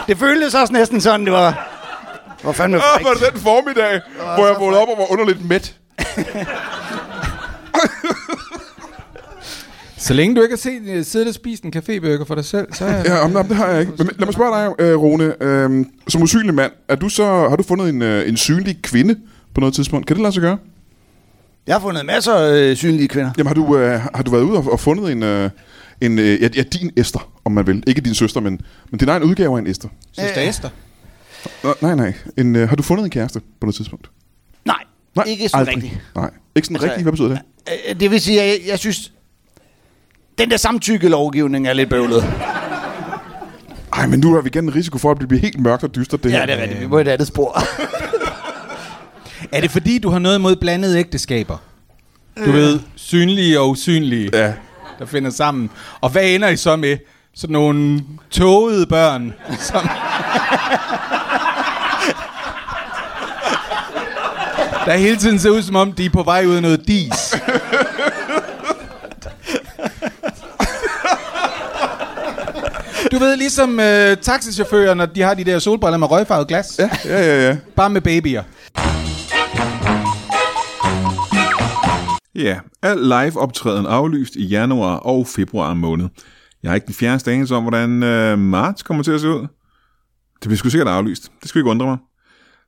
[SPEAKER 2] Det føltes også næsten sådan, det var... Hvor fanden
[SPEAKER 1] Ah, var det den formiddag, hvor jeg vågnede op og var underligt mæt.
[SPEAKER 3] Så længe du ikke har set, øh, siddet og spist en cafébøger for dig selv, så er
[SPEAKER 1] Ja, om, om, det har jeg ikke. Men lad mig spørge dig, øh, Rune. Øh, som usynlig mand, er du så, har du fundet en, øh, en synlig kvinde på noget tidspunkt? Kan det lade sig gøre?
[SPEAKER 2] Jeg har fundet masser af øh, synlige kvinder.
[SPEAKER 1] Jamen, har du, øh, har du været ude og, og fundet en, øh, en øh, ja, ja, din Esther, om man vil. Ikke din søster, men, men din egen udgave af en Esther.
[SPEAKER 3] Søster Esther.
[SPEAKER 1] Nå, nej, nej. En, øh, har du fundet en kæreste på noget tidspunkt?
[SPEAKER 2] Nej,
[SPEAKER 1] Nej,
[SPEAKER 2] ikke sådan
[SPEAKER 1] aldrig.
[SPEAKER 2] rigtigt.
[SPEAKER 1] Nej, ikke sådan altså,
[SPEAKER 2] Altså,
[SPEAKER 1] rigtigt. Hvad betyder det?
[SPEAKER 2] Øh, Det vil sige, at jeg, jeg synes... Den der samtykkelovgivning er lidt bøvlet.
[SPEAKER 1] Ej, men nu har vi igen en risiko for, at det bliver helt mørkt og dystert, det her.
[SPEAKER 2] Ja, det er rigtigt. Vi må et andet spor.
[SPEAKER 3] Er det fordi, du har noget imod blandede ægteskaber? Du ved, synlige og usynlige,
[SPEAKER 1] Ja.
[SPEAKER 3] der finder sammen. Og hvad ender I så med? Sådan nogle tågede børn, som... der hele tiden ser ud, som om de er på vej ud af noget dis. Du ved, ligesom øh, taxichauffører, når de har de der solbriller med røgfarvet glas. Ja.
[SPEAKER 1] Ja, ja, ja.
[SPEAKER 3] Bare med babyer.
[SPEAKER 4] Ja, al live-optræden aflyst i januar og februar måned. Jeg har ikke den fjerde anelse om, hvordan øh, marts kommer til at se ud. Det bliver sgu sikkert aflyst. Det skal ikke undre mig.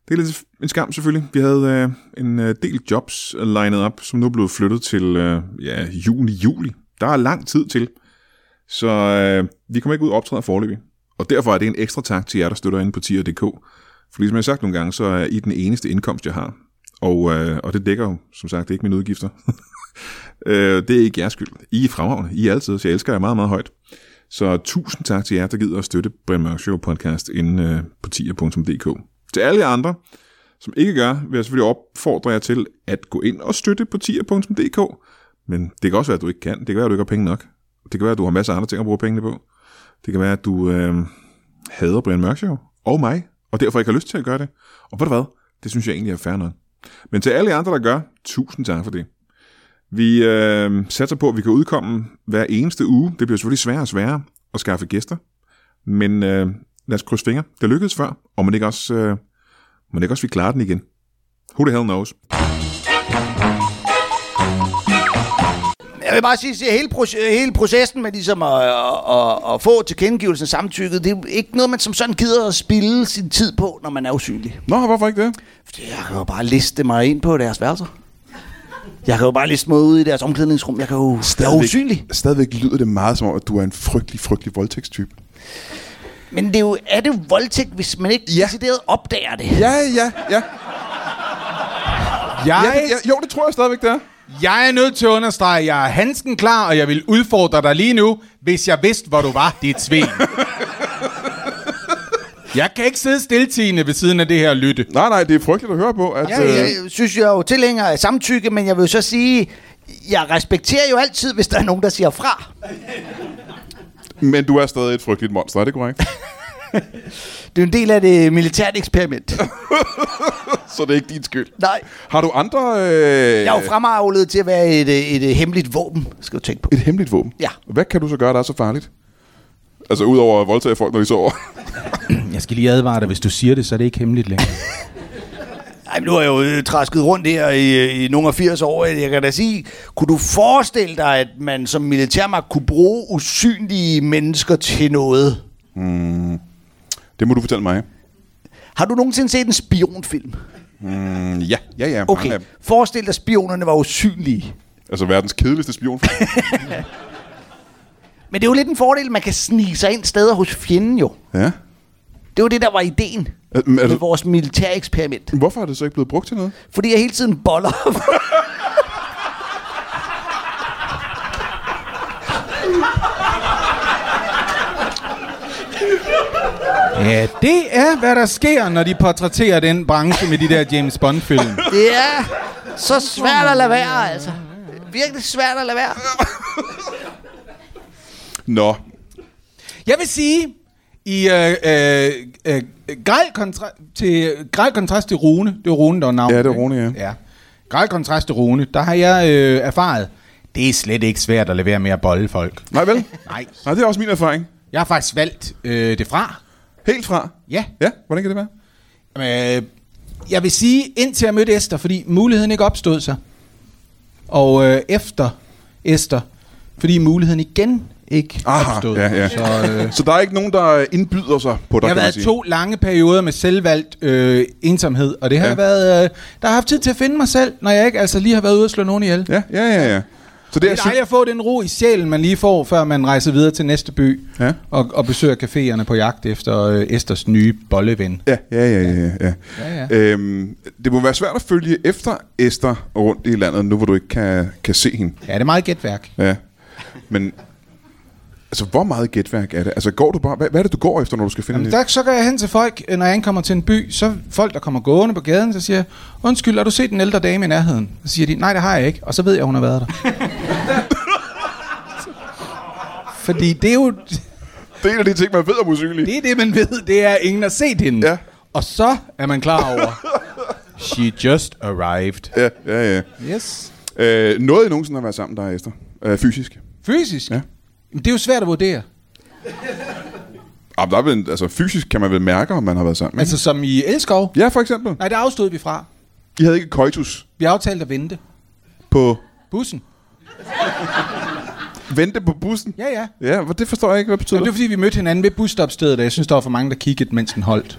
[SPEAKER 4] Det er lidt en skam selvfølgelig. Vi havde øh, en øh, del jobs øh, lined op, som nu er blevet flyttet til øh, ja, juni-juli. Der er lang tid til. Så øh, vi kommer ikke ud og optræder forløbig. Og derfor er det en ekstra tak til jer, der støtter inde på tier.dk. Fordi som ligesom jeg har sagt nogle gange, så er I den eneste indkomst, jeg har. Og, øh, og det dækker jo, som sagt, ikke mine udgifter. øh, det er ikke jeres skyld. I er fremragende. I er altid, så jeg elsker jer meget, meget højt. Så tusind tak til jer, der gider at støtte Brian Mørk Show podcast inde øh, på tier.dk. Til alle jer andre, som ikke gør, vil jeg selvfølgelig opfordre jer til at gå ind og støtte på tier.dk. Men det kan også være, at du ikke kan. Det kan være, at du ikke har penge nok. Det kan være, at du har masser af andre ting at bruge pengene på. Det kan være, at du øh, hader Brian Mørk Show og mig, og derfor ikke har lyst til at gøre det. Og ved du hvad? Det synes jeg egentlig er fair nok. Men til alle jer andre, der gør, tusind tak for det. Vi øh, satser på, at vi kan udkomme hver eneste uge. Det bliver selvfølgelig sværere og sværere at skaffe gæster. Men øh, lad os krydse fingre. Det lykkedes før, og man ikke også, øh, man ikke også vi klarer den igen. Who the hell knows?
[SPEAKER 2] Jeg vil bare sige, at hele, proce- hele processen med ligesom at, at, at, at få tilkendegivelsen af samtykket, det er ikke noget, man som sådan gider at spille sin tid på, når man er usynlig.
[SPEAKER 1] Nå, hvorfor ikke det?
[SPEAKER 2] Fordi jeg kan jo bare liste mig ind på deres værelser. Jeg kan jo bare liste mig ud i deres omklædningsrum. Jeg kan jo... Jeg er usynlig.
[SPEAKER 1] Stadigvæk lyder det meget som om, at du er en frygtelig, frygtelig voldtægtstype.
[SPEAKER 2] Men det er, jo, er det voldtægt, hvis man ikke ja. decideret opdager det?
[SPEAKER 1] Ja, ja, ja. ja,
[SPEAKER 3] Jeg
[SPEAKER 1] det, ja. Jo, det tror jeg stadigvæk, det er.
[SPEAKER 3] Jeg er nødt til at understrege, at jeg er handsken klar, og jeg vil udfordre dig lige nu, hvis jeg vidste, hvor du var, dit svin. jeg kan ikke sidde stiltigende ved siden af det her og lytte.
[SPEAKER 1] Nej, nej, det er frygteligt at høre på. At,
[SPEAKER 2] Ja, jeg synes, jeg er jo tilhænger af samtykke, men jeg vil jo så sige, jeg respekterer jo altid, hvis der er nogen, der siger fra.
[SPEAKER 1] øh, men du er stadig et frygteligt monster, er det korrekt?
[SPEAKER 2] Det er jo en del af det militært eksperiment.
[SPEAKER 1] Så det er ikke din skyld.
[SPEAKER 2] Nej,
[SPEAKER 1] Har du andre... Øh,
[SPEAKER 2] jeg er jo fremavlet til at være et, øh, et, et hemmeligt våben, skal du tænke på.
[SPEAKER 1] Et hemmeligt våben?
[SPEAKER 2] Ja.
[SPEAKER 1] Hvad kan du så gøre, der er så farligt? Altså, udover at voldtage folk, når de sover.
[SPEAKER 3] Jeg skal lige advare dig, hvis du siger det, så er det ikke hemmeligt længere.
[SPEAKER 2] Ej, men nu har jeg jo øh, trasket rundt her i, i nogle af 80 år. Jeg kan da sige, kunne du forestille dig, at man som militærmagt kunne bruge usynlige mennesker til noget?
[SPEAKER 1] Det må du fortælle mig.
[SPEAKER 2] Har du nogensinde set en spionfilm?
[SPEAKER 1] Mm, ja, ja, ja. mange
[SPEAKER 2] Okay,
[SPEAKER 1] af dem.
[SPEAKER 2] forestil dig, at spionerne var usynlige.
[SPEAKER 1] Altså verdens kedeligste spion.
[SPEAKER 2] Men det er jo lidt en fordel, at man kan snige sig ind steder hos fjenden jo.
[SPEAKER 1] ja.
[SPEAKER 2] Det var det, der var ideen
[SPEAKER 1] Er- men er
[SPEAKER 2] med
[SPEAKER 1] det-
[SPEAKER 2] vores militære eksperiment.
[SPEAKER 1] Hvorfor er det så ikke blevet brugt til noget?
[SPEAKER 2] Fordi jeg hele tiden boller.
[SPEAKER 3] Ja, det er, hvad der sker, når de portrætterer den branche med de der James Bond-film.
[SPEAKER 2] det er så svært at lade være, altså. Virkelig svært at lade være.
[SPEAKER 1] Nå,
[SPEAKER 3] Jeg vil sige, i øh, øh, øh, græl, kontra- til, græl kontrast til Rune, det var Rune, der var navnet.
[SPEAKER 1] Ja, det var
[SPEAKER 3] ikke?
[SPEAKER 1] Rune, ja.
[SPEAKER 3] ja. Græl kontrast til Rune, der har jeg øh, erfaret, det er slet ikke svært at levere mere at bolle folk.
[SPEAKER 1] nej vel?
[SPEAKER 3] Nej,
[SPEAKER 1] Nej, det er også min erfaring.
[SPEAKER 3] jeg har faktisk valgt øh, det fra.
[SPEAKER 1] Helt fra.
[SPEAKER 3] Ja.
[SPEAKER 1] Ja, hvordan kan det være?
[SPEAKER 3] Øh, jeg vil sige, indtil jeg mødte Esther, fordi muligheden ikke opstod sig. Og øh, efter Esther, fordi muligheden igen ikke
[SPEAKER 1] Aha,
[SPEAKER 3] opstod.
[SPEAKER 1] ja, ja.
[SPEAKER 3] Så, øh,
[SPEAKER 1] Så der er ikke nogen, der indbyder sig på dig,
[SPEAKER 3] Jeg har
[SPEAKER 1] kan man
[SPEAKER 3] været
[SPEAKER 1] sige.
[SPEAKER 3] to lange perioder med selvvalgt øh, ensomhed, og det har
[SPEAKER 1] Ja.
[SPEAKER 3] ja. været... Øh, der har haft tid til at finde mig selv, når jeg ikke altså lige har været ude og slå nogen ihjel. Ja.
[SPEAKER 1] Ja, ja, ja, ja. Så det
[SPEAKER 3] Det
[SPEAKER 1] er
[SPEAKER 3] er
[SPEAKER 1] sy-
[SPEAKER 3] dejligt at få den ro i sjælen, man lige får, før man rejser videre til næste by
[SPEAKER 1] Ja.
[SPEAKER 3] og, og besøger caféerne på jagt efter øh, Esters nye bolleven.
[SPEAKER 1] Ja, ja, ja, ja, ja. ja,
[SPEAKER 3] Ja,
[SPEAKER 1] ja. Øhm, det må være svært at følge efter Esther rundt i landet, nu hvor du ikke kan, kan se hende.
[SPEAKER 3] Ja, det er meget gætværk.
[SPEAKER 1] Ja. Men altså, hvor meget gætværk er det? Altså, går du bare... Hvad, hvad er det, du går efter, når du skal finde
[SPEAKER 3] Jamen,
[SPEAKER 1] en-
[SPEAKER 3] der, så går jeg hen til folk, øh, når jeg ankommer til en by, så folk, der kommer gående på gaden, så siger jeg, undskyld, har du set den ældre dame i nærheden? Så siger de, nej, det har jeg ikke, og så ved jeg, hun har været der. Fordi det er jo,
[SPEAKER 1] Det er en af de ting, man ved om usynlige.
[SPEAKER 3] Det er det, man ved. Det er, at ingen har set hende.
[SPEAKER 1] Ja.
[SPEAKER 3] Og så er man klar over. She just arrived.
[SPEAKER 1] Ja, ja, ja.
[SPEAKER 3] Yes.
[SPEAKER 1] Øh, noget, I nogensinde har været sammen, der er Esther. Øh, fysisk.
[SPEAKER 3] Fysisk?
[SPEAKER 1] Ja. Mm.
[SPEAKER 3] Men det er jo svært at vurdere.
[SPEAKER 1] Ah, men der er vel, en- altså, fysisk kan man vel mærke, om man har været sammen. Altså,
[SPEAKER 3] Altså som i Elskov.
[SPEAKER 1] ja, for eksempel.
[SPEAKER 3] Nej, det afstod vi fra.
[SPEAKER 1] I havde ikke koitus
[SPEAKER 3] Vi aftalte at vente.
[SPEAKER 1] på...
[SPEAKER 3] Bussen.
[SPEAKER 1] Vente på bussen?
[SPEAKER 3] Ja, ja.
[SPEAKER 1] Ja, hvor- det forstår jeg ikke, hvad betyder
[SPEAKER 3] Og det var, fordi vi mødte hinanden ved busstopstedet, og jeg synes, der var for mange, der kiggede, mens den holdt.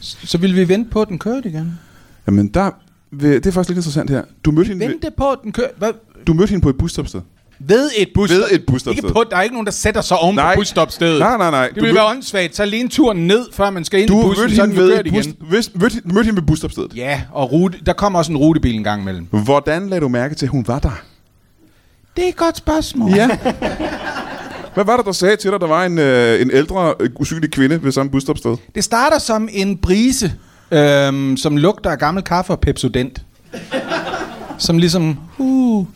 [SPEAKER 3] Så ville vi vente på, at den kørte igen.
[SPEAKER 1] Jamen, der, vil- det er faktisk lidt interessant her. Du mødte hende, ved,
[SPEAKER 3] Vente på, at den kørte. Hvad?
[SPEAKER 1] du mødte hende på et busstopsted.
[SPEAKER 3] Ved et busstop.
[SPEAKER 1] Ved et busstopsted.
[SPEAKER 3] Ikke på, der er ikke nogen, der sætter sig oven
[SPEAKER 1] Nej.
[SPEAKER 3] på busstopstedet.
[SPEAKER 1] Nej, nej, nej. Du
[SPEAKER 3] Det ville
[SPEAKER 1] mød-
[SPEAKER 3] være åndssvagt. Så lige en tur ned, før man skal ind
[SPEAKER 1] Du
[SPEAKER 3] i bussen,
[SPEAKER 1] mødte
[SPEAKER 3] så er
[SPEAKER 1] hende
[SPEAKER 3] den jo
[SPEAKER 1] ved
[SPEAKER 3] kørt
[SPEAKER 1] et
[SPEAKER 3] igen.
[SPEAKER 1] bus, hvis, mødte, mødte hende ved busstopstedet.
[SPEAKER 3] Ja, og rute, der kommer også en rutebil en gang imellem.
[SPEAKER 1] Hvordan lagde du mærke til, at hun var der?
[SPEAKER 3] Det er et godt spørgsmål.
[SPEAKER 1] Ja. Hvad var det, der sagde til dig, der var en, øh, en ældre, øh, usynlig kvinde ved samme busstopsted?
[SPEAKER 3] Det starter som en brise, øhm, som lugter af gammel kaffe og Pepsodent. som ligesom, uh,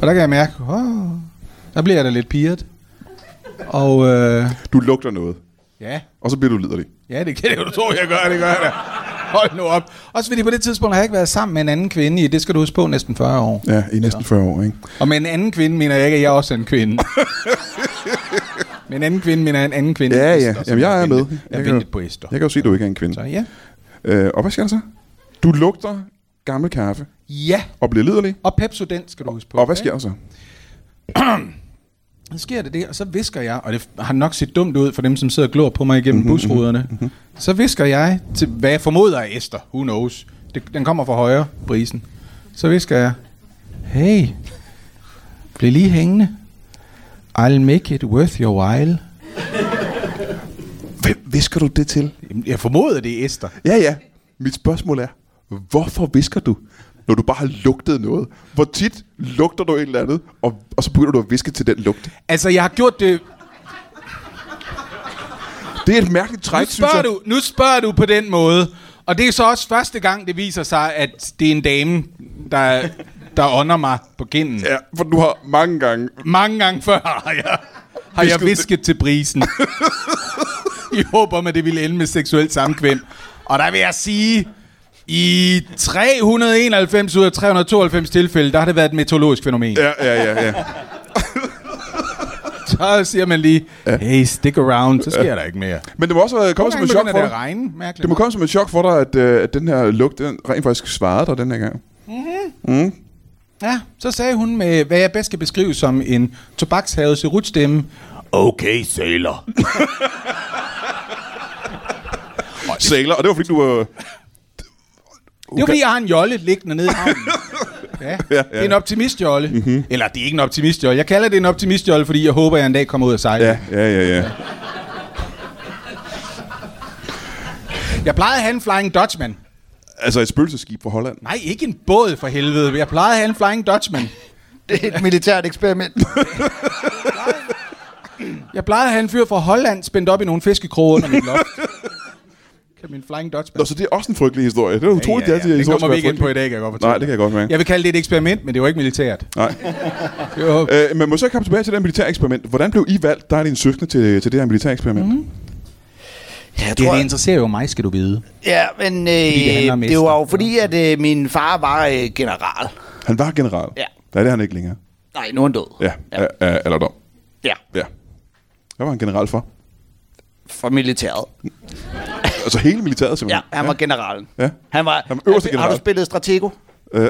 [SPEAKER 3] og der kan jeg mærke, oh, der bliver jeg da lidt piret. Og øh,
[SPEAKER 1] Du lugter noget,
[SPEAKER 3] ja,
[SPEAKER 1] og så bliver du liderlig.
[SPEAKER 3] ja, det kan jeg jo tro, jeg gør, det gør jeg da. Hold nu op. Også fordi på det tidspunkt har jeg ikke været sammen med en anden kvinde i, det skal du huske på, næsten 40 år.
[SPEAKER 1] Ja, i næsten 40 år, ikke?
[SPEAKER 3] Og med en anden kvinde mener jeg ikke, at jeg også er en kvinde. med en anden kvinde mener jeg en anden kvinde.
[SPEAKER 1] Ja, ja.
[SPEAKER 3] Esther, som
[SPEAKER 1] Jamen, jeg er
[SPEAKER 3] ventet-
[SPEAKER 1] med.
[SPEAKER 3] Altså, Jeg
[SPEAKER 1] kan-
[SPEAKER 3] ventede på Esther.
[SPEAKER 1] Jeg kan jo se, at du ikke er en kvinde.
[SPEAKER 3] Så ja.
[SPEAKER 1] Øh, og hvad sker der så? Du lugter gammel kaffe
[SPEAKER 3] Ja.
[SPEAKER 1] og bliver liderlig.
[SPEAKER 3] Og Pepsodent skal du huske på.
[SPEAKER 1] Og hvad
[SPEAKER 3] ikke?
[SPEAKER 1] sker der så?
[SPEAKER 3] Så sker det det, og så visker jeg, og det har nok set dumt ud for dem, som sidder og glor på mig igennem
[SPEAKER 1] Mhm,
[SPEAKER 3] busruderne. Så visker jeg til, hvad jeg formoder er Esther. Who knows? Det, den kommer fra højre, brisen. Så visker jeg, hey, bliv lige hængende. I'll make it worth your while.
[SPEAKER 1] Hvem visker du det til?
[SPEAKER 3] Jamen, Jeg formoder, det er Esther.
[SPEAKER 1] Ja, ja. Mit spørgsmål er, hvorfor visker du, når du bare har lugtet noget? Hvor tit lugter du et eller andet, og, og så begynder du at viske til den lugt?
[SPEAKER 3] Altså, jeg har gjort det
[SPEAKER 1] Det er et mærkeligt
[SPEAKER 3] Nu
[SPEAKER 1] træk, synes
[SPEAKER 3] spørger,
[SPEAKER 1] jeg.
[SPEAKER 3] du, nu spørger du på den måde, og det er så også første gang, det viser sig, at det er en dame, der, der ånder mig på kinden. Ja.
[SPEAKER 1] Ja, for du har mange gange...
[SPEAKER 3] Mange gange før har jeg, har jeg
[SPEAKER 1] Visket
[SPEAKER 3] visket til brisen. I håb om, at det ville ende med seksuelt samkvem. Og der vil jeg sige, i 391 ud af 392 tilfælde, der har det været et meteorologisk fænomen. Ja.
[SPEAKER 1] Ja, ja, ja, ja.
[SPEAKER 3] så siger man lige, hey, stick around, så sker der ikke mere.
[SPEAKER 1] Men det må også øh, komme som
[SPEAKER 3] Nogle
[SPEAKER 1] et
[SPEAKER 3] gange
[SPEAKER 1] chok
[SPEAKER 3] begynder
[SPEAKER 1] for
[SPEAKER 3] det at
[SPEAKER 1] dig.
[SPEAKER 3] regne, mærkeligt.
[SPEAKER 1] Det må komme som et chok for dig, at, øh, at den her lugt den rent faktisk svarede dig den her gang.
[SPEAKER 3] Ja, så sagde hun med, hvad jeg bedst kan beskrive som en tobakshavet serutstemme. Okay, sailor.
[SPEAKER 1] Sailor, og det var fordi, du øh, var...
[SPEAKER 3] Det er fordi, jeg har en jolle liggende nede i havnen. Ja, ja, ja. det er en optimistjolle. Mm-hmm. Eller det er ikke en optimistjolle. Jeg kalder det en optimistjolle, fordi jeg håber, jeg en dag kommer ud og sejle.
[SPEAKER 1] Ja, ja, ja, ja.
[SPEAKER 3] Jeg plejede at have en Flying Dutchman.
[SPEAKER 1] Altså et spøgelseskib fra Holland.
[SPEAKER 3] Nej, ikke en båd for helvede. Jeg plejede at have en Flying Dutchman.
[SPEAKER 2] Det er et militært eksperiment.
[SPEAKER 3] Jeg plejede at have en fyr fra Holland spændt op i nogle fiskekroge under mit loft. Kan min Flying Dutchman.
[SPEAKER 1] Nå, så det er også en frygtelig historie. Det er utroligt, ja, ja, ja.
[SPEAKER 3] Det kommer vi ikke ind på i dag, kan jeg godt fortælle
[SPEAKER 1] Nej, det kan jeg godt mærke.
[SPEAKER 3] Jeg vil kalde det et eksperiment, men det var ikke militært.
[SPEAKER 1] Nej.
[SPEAKER 3] Det var
[SPEAKER 1] Øh, men må jeg så komme tilbage til det militære eksperiment. Hvordan blev I valgt, der er din søskende til, til det her militære eksperiment? Mm.
[SPEAKER 2] Jeg
[SPEAKER 3] Det, det interesserer jo mig, skal du vide.
[SPEAKER 2] Ja, men øh,
[SPEAKER 3] det handler om
[SPEAKER 2] det,
[SPEAKER 3] mester.
[SPEAKER 2] var jo fordi, at øh, min far var øh, general.
[SPEAKER 1] Han var general.
[SPEAKER 2] Ja.
[SPEAKER 1] Nej, det er han ikke længere.
[SPEAKER 2] Nej, nu er han død.
[SPEAKER 1] Ja, ja.
[SPEAKER 2] ja.
[SPEAKER 1] ja alderdom.
[SPEAKER 2] ja.
[SPEAKER 1] Ja. Hvad var han general for?
[SPEAKER 2] For militæret.
[SPEAKER 1] Altså hele militæret
[SPEAKER 2] Mm. Ja,
[SPEAKER 1] simpelthen?
[SPEAKER 2] han var generalen.
[SPEAKER 1] Ja.
[SPEAKER 2] Han var,
[SPEAKER 1] Han var øverste
[SPEAKER 2] Har
[SPEAKER 1] general.
[SPEAKER 2] du spillet Stratego?
[SPEAKER 1] ja.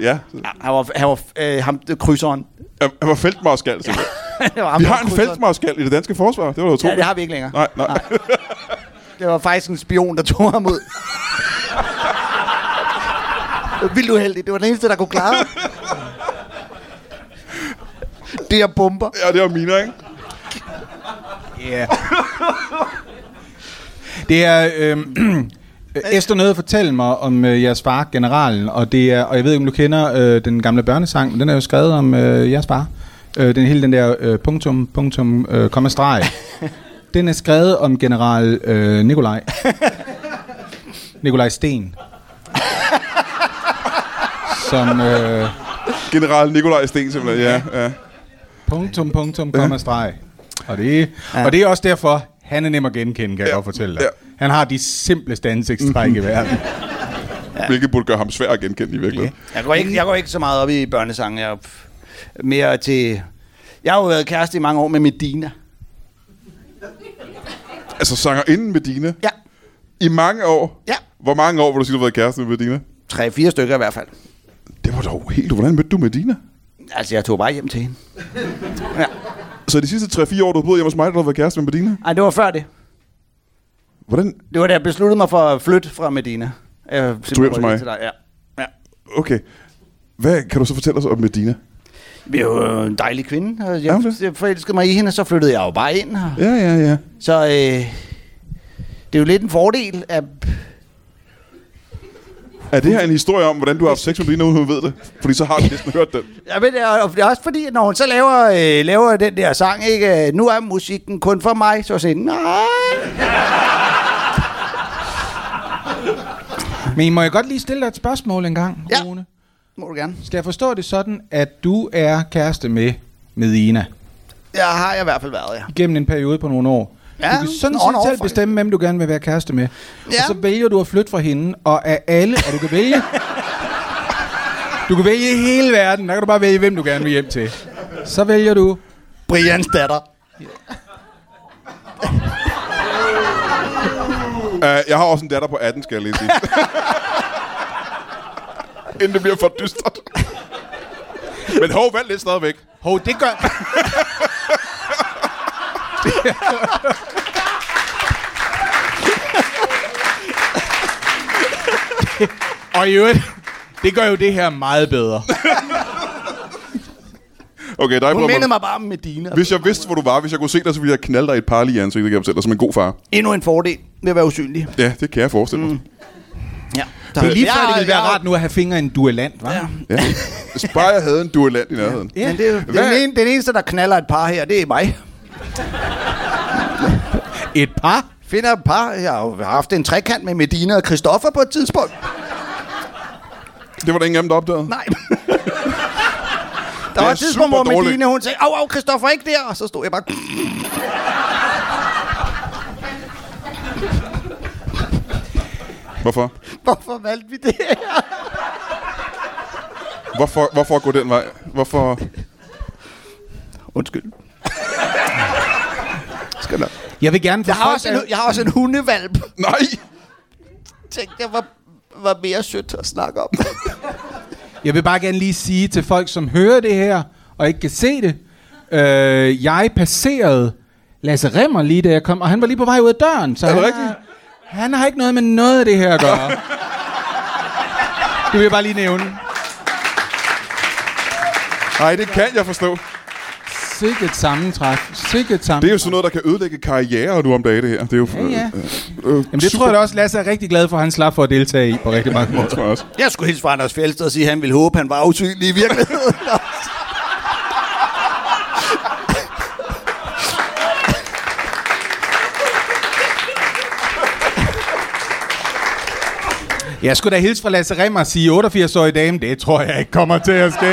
[SPEAKER 2] Ja, han var, han var øh, ham, øh, krydseren.
[SPEAKER 1] ja. Han var feltmarskal simpelthen.
[SPEAKER 2] Det var ham,
[SPEAKER 1] Vi
[SPEAKER 2] der
[SPEAKER 1] har
[SPEAKER 2] var
[SPEAKER 1] en
[SPEAKER 2] krydseren.
[SPEAKER 1] feltmarskal i det danske forsvar. Det var da utroligt.
[SPEAKER 2] Ja, det har vi ikke længere.
[SPEAKER 1] Nej, nej. nej.
[SPEAKER 2] Det var faktisk en spion, der tog ham ud. Det var Vildt uheldigt. Det var den eneste, der kunne klare det. Det er bomber.
[SPEAKER 1] ja, det var mine, ikke?
[SPEAKER 3] Ja. det er... Øhm, Esther nåede at fortælle mig om øh, jeres far, generalen, og, det er, og jeg ved ikke, om du kender øh, den gamle børnesang, men den er jo skrevet om øh, jeres far. Øh, den hele den der øh, punktum, punktum, øh, komma streg. den er skrevet om general øh, Nikolaj. Nikolaj Sten. Som øh,
[SPEAKER 1] General Nikolaj Sten simpelthen, ja. ja.
[SPEAKER 3] punktum, punktum, komma streg. Og det, ja. og det er også derfor, han er nem at genkende, kan jeg godt fortælle dig.
[SPEAKER 1] Ja.
[SPEAKER 3] Han har de simpleste ansigtstræk i verden.
[SPEAKER 1] Hvilket burde gøre ham svær at genkende i virkeligheden.
[SPEAKER 2] Jeg går, ikke, jeg går ikke så meget op i børnesange. Jeg er f- mere til... Jeg har jo været kæreste i mange år med Medina.
[SPEAKER 1] Altså sangerinden Medina.
[SPEAKER 2] Ja,
[SPEAKER 1] I mange år.
[SPEAKER 2] Ja.
[SPEAKER 1] Hvor mange år vil du sige, du har været kæreste med Medina?
[SPEAKER 2] tre-fire stykker i hvert fald.
[SPEAKER 1] Det var dog helt... Hvordan mødte du Medina?
[SPEAKER 2] Altså, jeg tog bare hjem til hende. Ja.
[SPEAKER 1] Så de sidste 3-4 år, du har boet hjemme hos mig, der har været kæreste med Medina?
[SPEAKER 2] Ej, det var før det.
[SPEAKER 1] Hvordan?
[SPEAKER 2] Det var da jeg besluttede mig for at flytte fra Medina. Jeg
[SPEAKER 1] Du hjem til mig?
[SPEAKER 2] dig. Ja. ja.
[SPEAKER 1] Okay. Hvad kan du så fortælle os om Medina?
[SPEAKER 2] Vi er jo øh, en dejlig kvinde. og
[SPEAKER 1] Er hun
[SPEAKER 2] Jeg,
[SPEAKER 1] det?
[SPEAKER 2] jeg forelskede mig i hende, og så flyttede jeg jo bare ind. Og,
[SPEAKER 1] Ja, ja, ja.
[SPEAKER 2] Så øh, det er jo lidt en fordel, at
[SPEAKER 1] Er det her en historie om, hvordan du har haft sex med Medina, uden hun ved det? Fordi så har vi næsten hørt den.
[SPEAKER 2] Ja, men det er, og det er også fordi, at når hun så laver, øh, laver den der sang, ikke? øh, Nu er musikken kun for mig. Så er jeg sådan, nej.
[SPEAKER 3] Men må jeg godt lige stille dig et spørgsmål en gang,
[SPEAKER 2] Ja.
[SPEAKER 3] Rune?
[SPEAKER 2] Må du gerne.
[SPEAKER 3] Skal jeg forstå det sådan, at du er kæreste med Medina
[SPEAKER 2] Ja, har jeg i hvert fald været, ja.
[SPEAKER 3] gennem en periode på nogle år?
[SPEAKER 2] Ja,
[SPEAKER 3] du kan sådan
[SPEAKER 2] nå,
[SPEAKER 3] set
[SPEAKER 2] nå,
[SPEAKER 3] selv
[SPEAKER 2] faktisk.
[SPEAKER 3] bestemme, hvem du gerne vil være kæreste med. Ja.
[SPEAKER 2] Ja.
[SPEAKER 3] Og så vælger du at flytte fra hende, og af alle, og du kan vælge... Du kan vælge i hele verden, der kan du bare vælge, hvem du gerne vil hjem til. Så vælger du...
[SPEAKER 2] Brians datter.
[SPEAKER 1] Uh, jeg har også en datter på 18, skal jeg lige sige. Inden det bliver for dystert. Men hov, valg lidt stadigvæk.
[SPEAKER 3] Hov, det gør... og i øvrigt, det gør jo det her meget bedre.
[SPEAKER 1] Okay, dig,
[SPEAKER 2] Hun mindede
[SPEAKER 1] mig.
[SPEAKER 2] mig bare med dine.
[SPEAKER 1] Hvis jeg vidste, hvor du var, hvis jeg kunne se dig, så ville jeg knalde dig et par lige i ansigtet, kan jeg fortælle dig, som en god far.
[SPEAKER 2] Endnu en fordel ved at være usynlig.
[SPEAKER 1] Ja, det kan jeg forestille mig. Mm.
[SPEAKER 2] Ja. Så,
[SPEAKER 3] Det er lige før,
[SPEAKER 2] jeg-
[SPEAKER 3] det ville være
[SPEAKER 2] jeg-
[SPEAKER 3] rart nu at have fingre i en duellant, hva'?
[SPEAKER 2] Ja.
[SPEAKER 1] Ja. Hvis bare jeg havde en duellant i nærheden.
[SPEAKER 3] Ja.
[SPEAKER 2] Men det, er jo-
[SPEAKER 1] Hvad-
[SPEAKER 2] den, ene, den eneste, der knaller et par her, det er mig.
[SPEAKER 3] Et par?
[SPEAKER 2] Finder et par. Jeg har jo haft en trekant med Medina og Christoffer på et tidspunkt.
[SPEAKER 1] Det var der ingen af dem, der opdagede.
[SPEAKER 2] Nej. Der var et tidspunkt, hvor
[SPEAKER 1] superdårligt.
[SPEAKER 2] Medina, hun sagde, au, au, Christoffer, ikke der. Og så stod jeg bare...
[SPEAKER 1] Hvorfor?
[SPEAKER 2] Hvorfor valgte vi det her?
[SPEAKER 1] Hvorfor, hvorfor gå den vej? Hvorfor?
[SPEAKER 2] Undskyld. skal nok.
[SPEAKER 3] Jeg vil gerne få
[SPEAKER 2] Jeg har,
[SPEAKER 3] folk
[SPEAKER 2] også en,
[SPEAKER 3] af-
[SPEAKER 2] jeg har også en hundevalp.
[SPEAKER 1] Nej!
[SPEAKER 2] Tænk, det var, var mere sødt at snakke om.
[SPEAKER 3] Jeg vil bare gerne lige sige til folk, som hører det her, og ikke kan se det. Øh, jeg passerede Lasse Remmer lige da jeg kom, og han var lige på vej ud af døren. Så
[SPEAKER 1] Er det
[SPEAKER 3] han,
[SPEAKER 1] rigtigt?
[SPEAKER 3] har, han har ikke noget med noget af det her at gøre. det vil jeg bare lige nævne.
[SPEAKER 1] Nej, det kan jeg forstå.
[SPEAKER 3] Sikkert sammentræk. Sikkert
[SPEAKER 1] Det er
[SPEAKER 3] sammentræk.
[SPEAKER 1] jo sådan noget, der kan ødelægge karriere nu om dagen, det her. Det er jo, ja,
[SPEAKER 3] ja.
[SPEAKER 1] Øh, øh,
[SPEAKER 3] Jamen, det
[SPEAKER 1] super,
[SPEAKER 3] tror jeg da også, Lasse er rigtig glad for, at han slap for at deltage i på rigtig mange måder.
[SPEAKER 1] tror jeg også.
[SPEAKER 2] jeg skulle hilse fra Anders Fjeldsted og sige, at han ville håbe, at han var usynlig i virkeligheden.
[SPEAKER 3] Jeg skulle da hilse fra Lasse Remmer og sige 88-årig dame. Det tror jeg ikke kommer til at ske.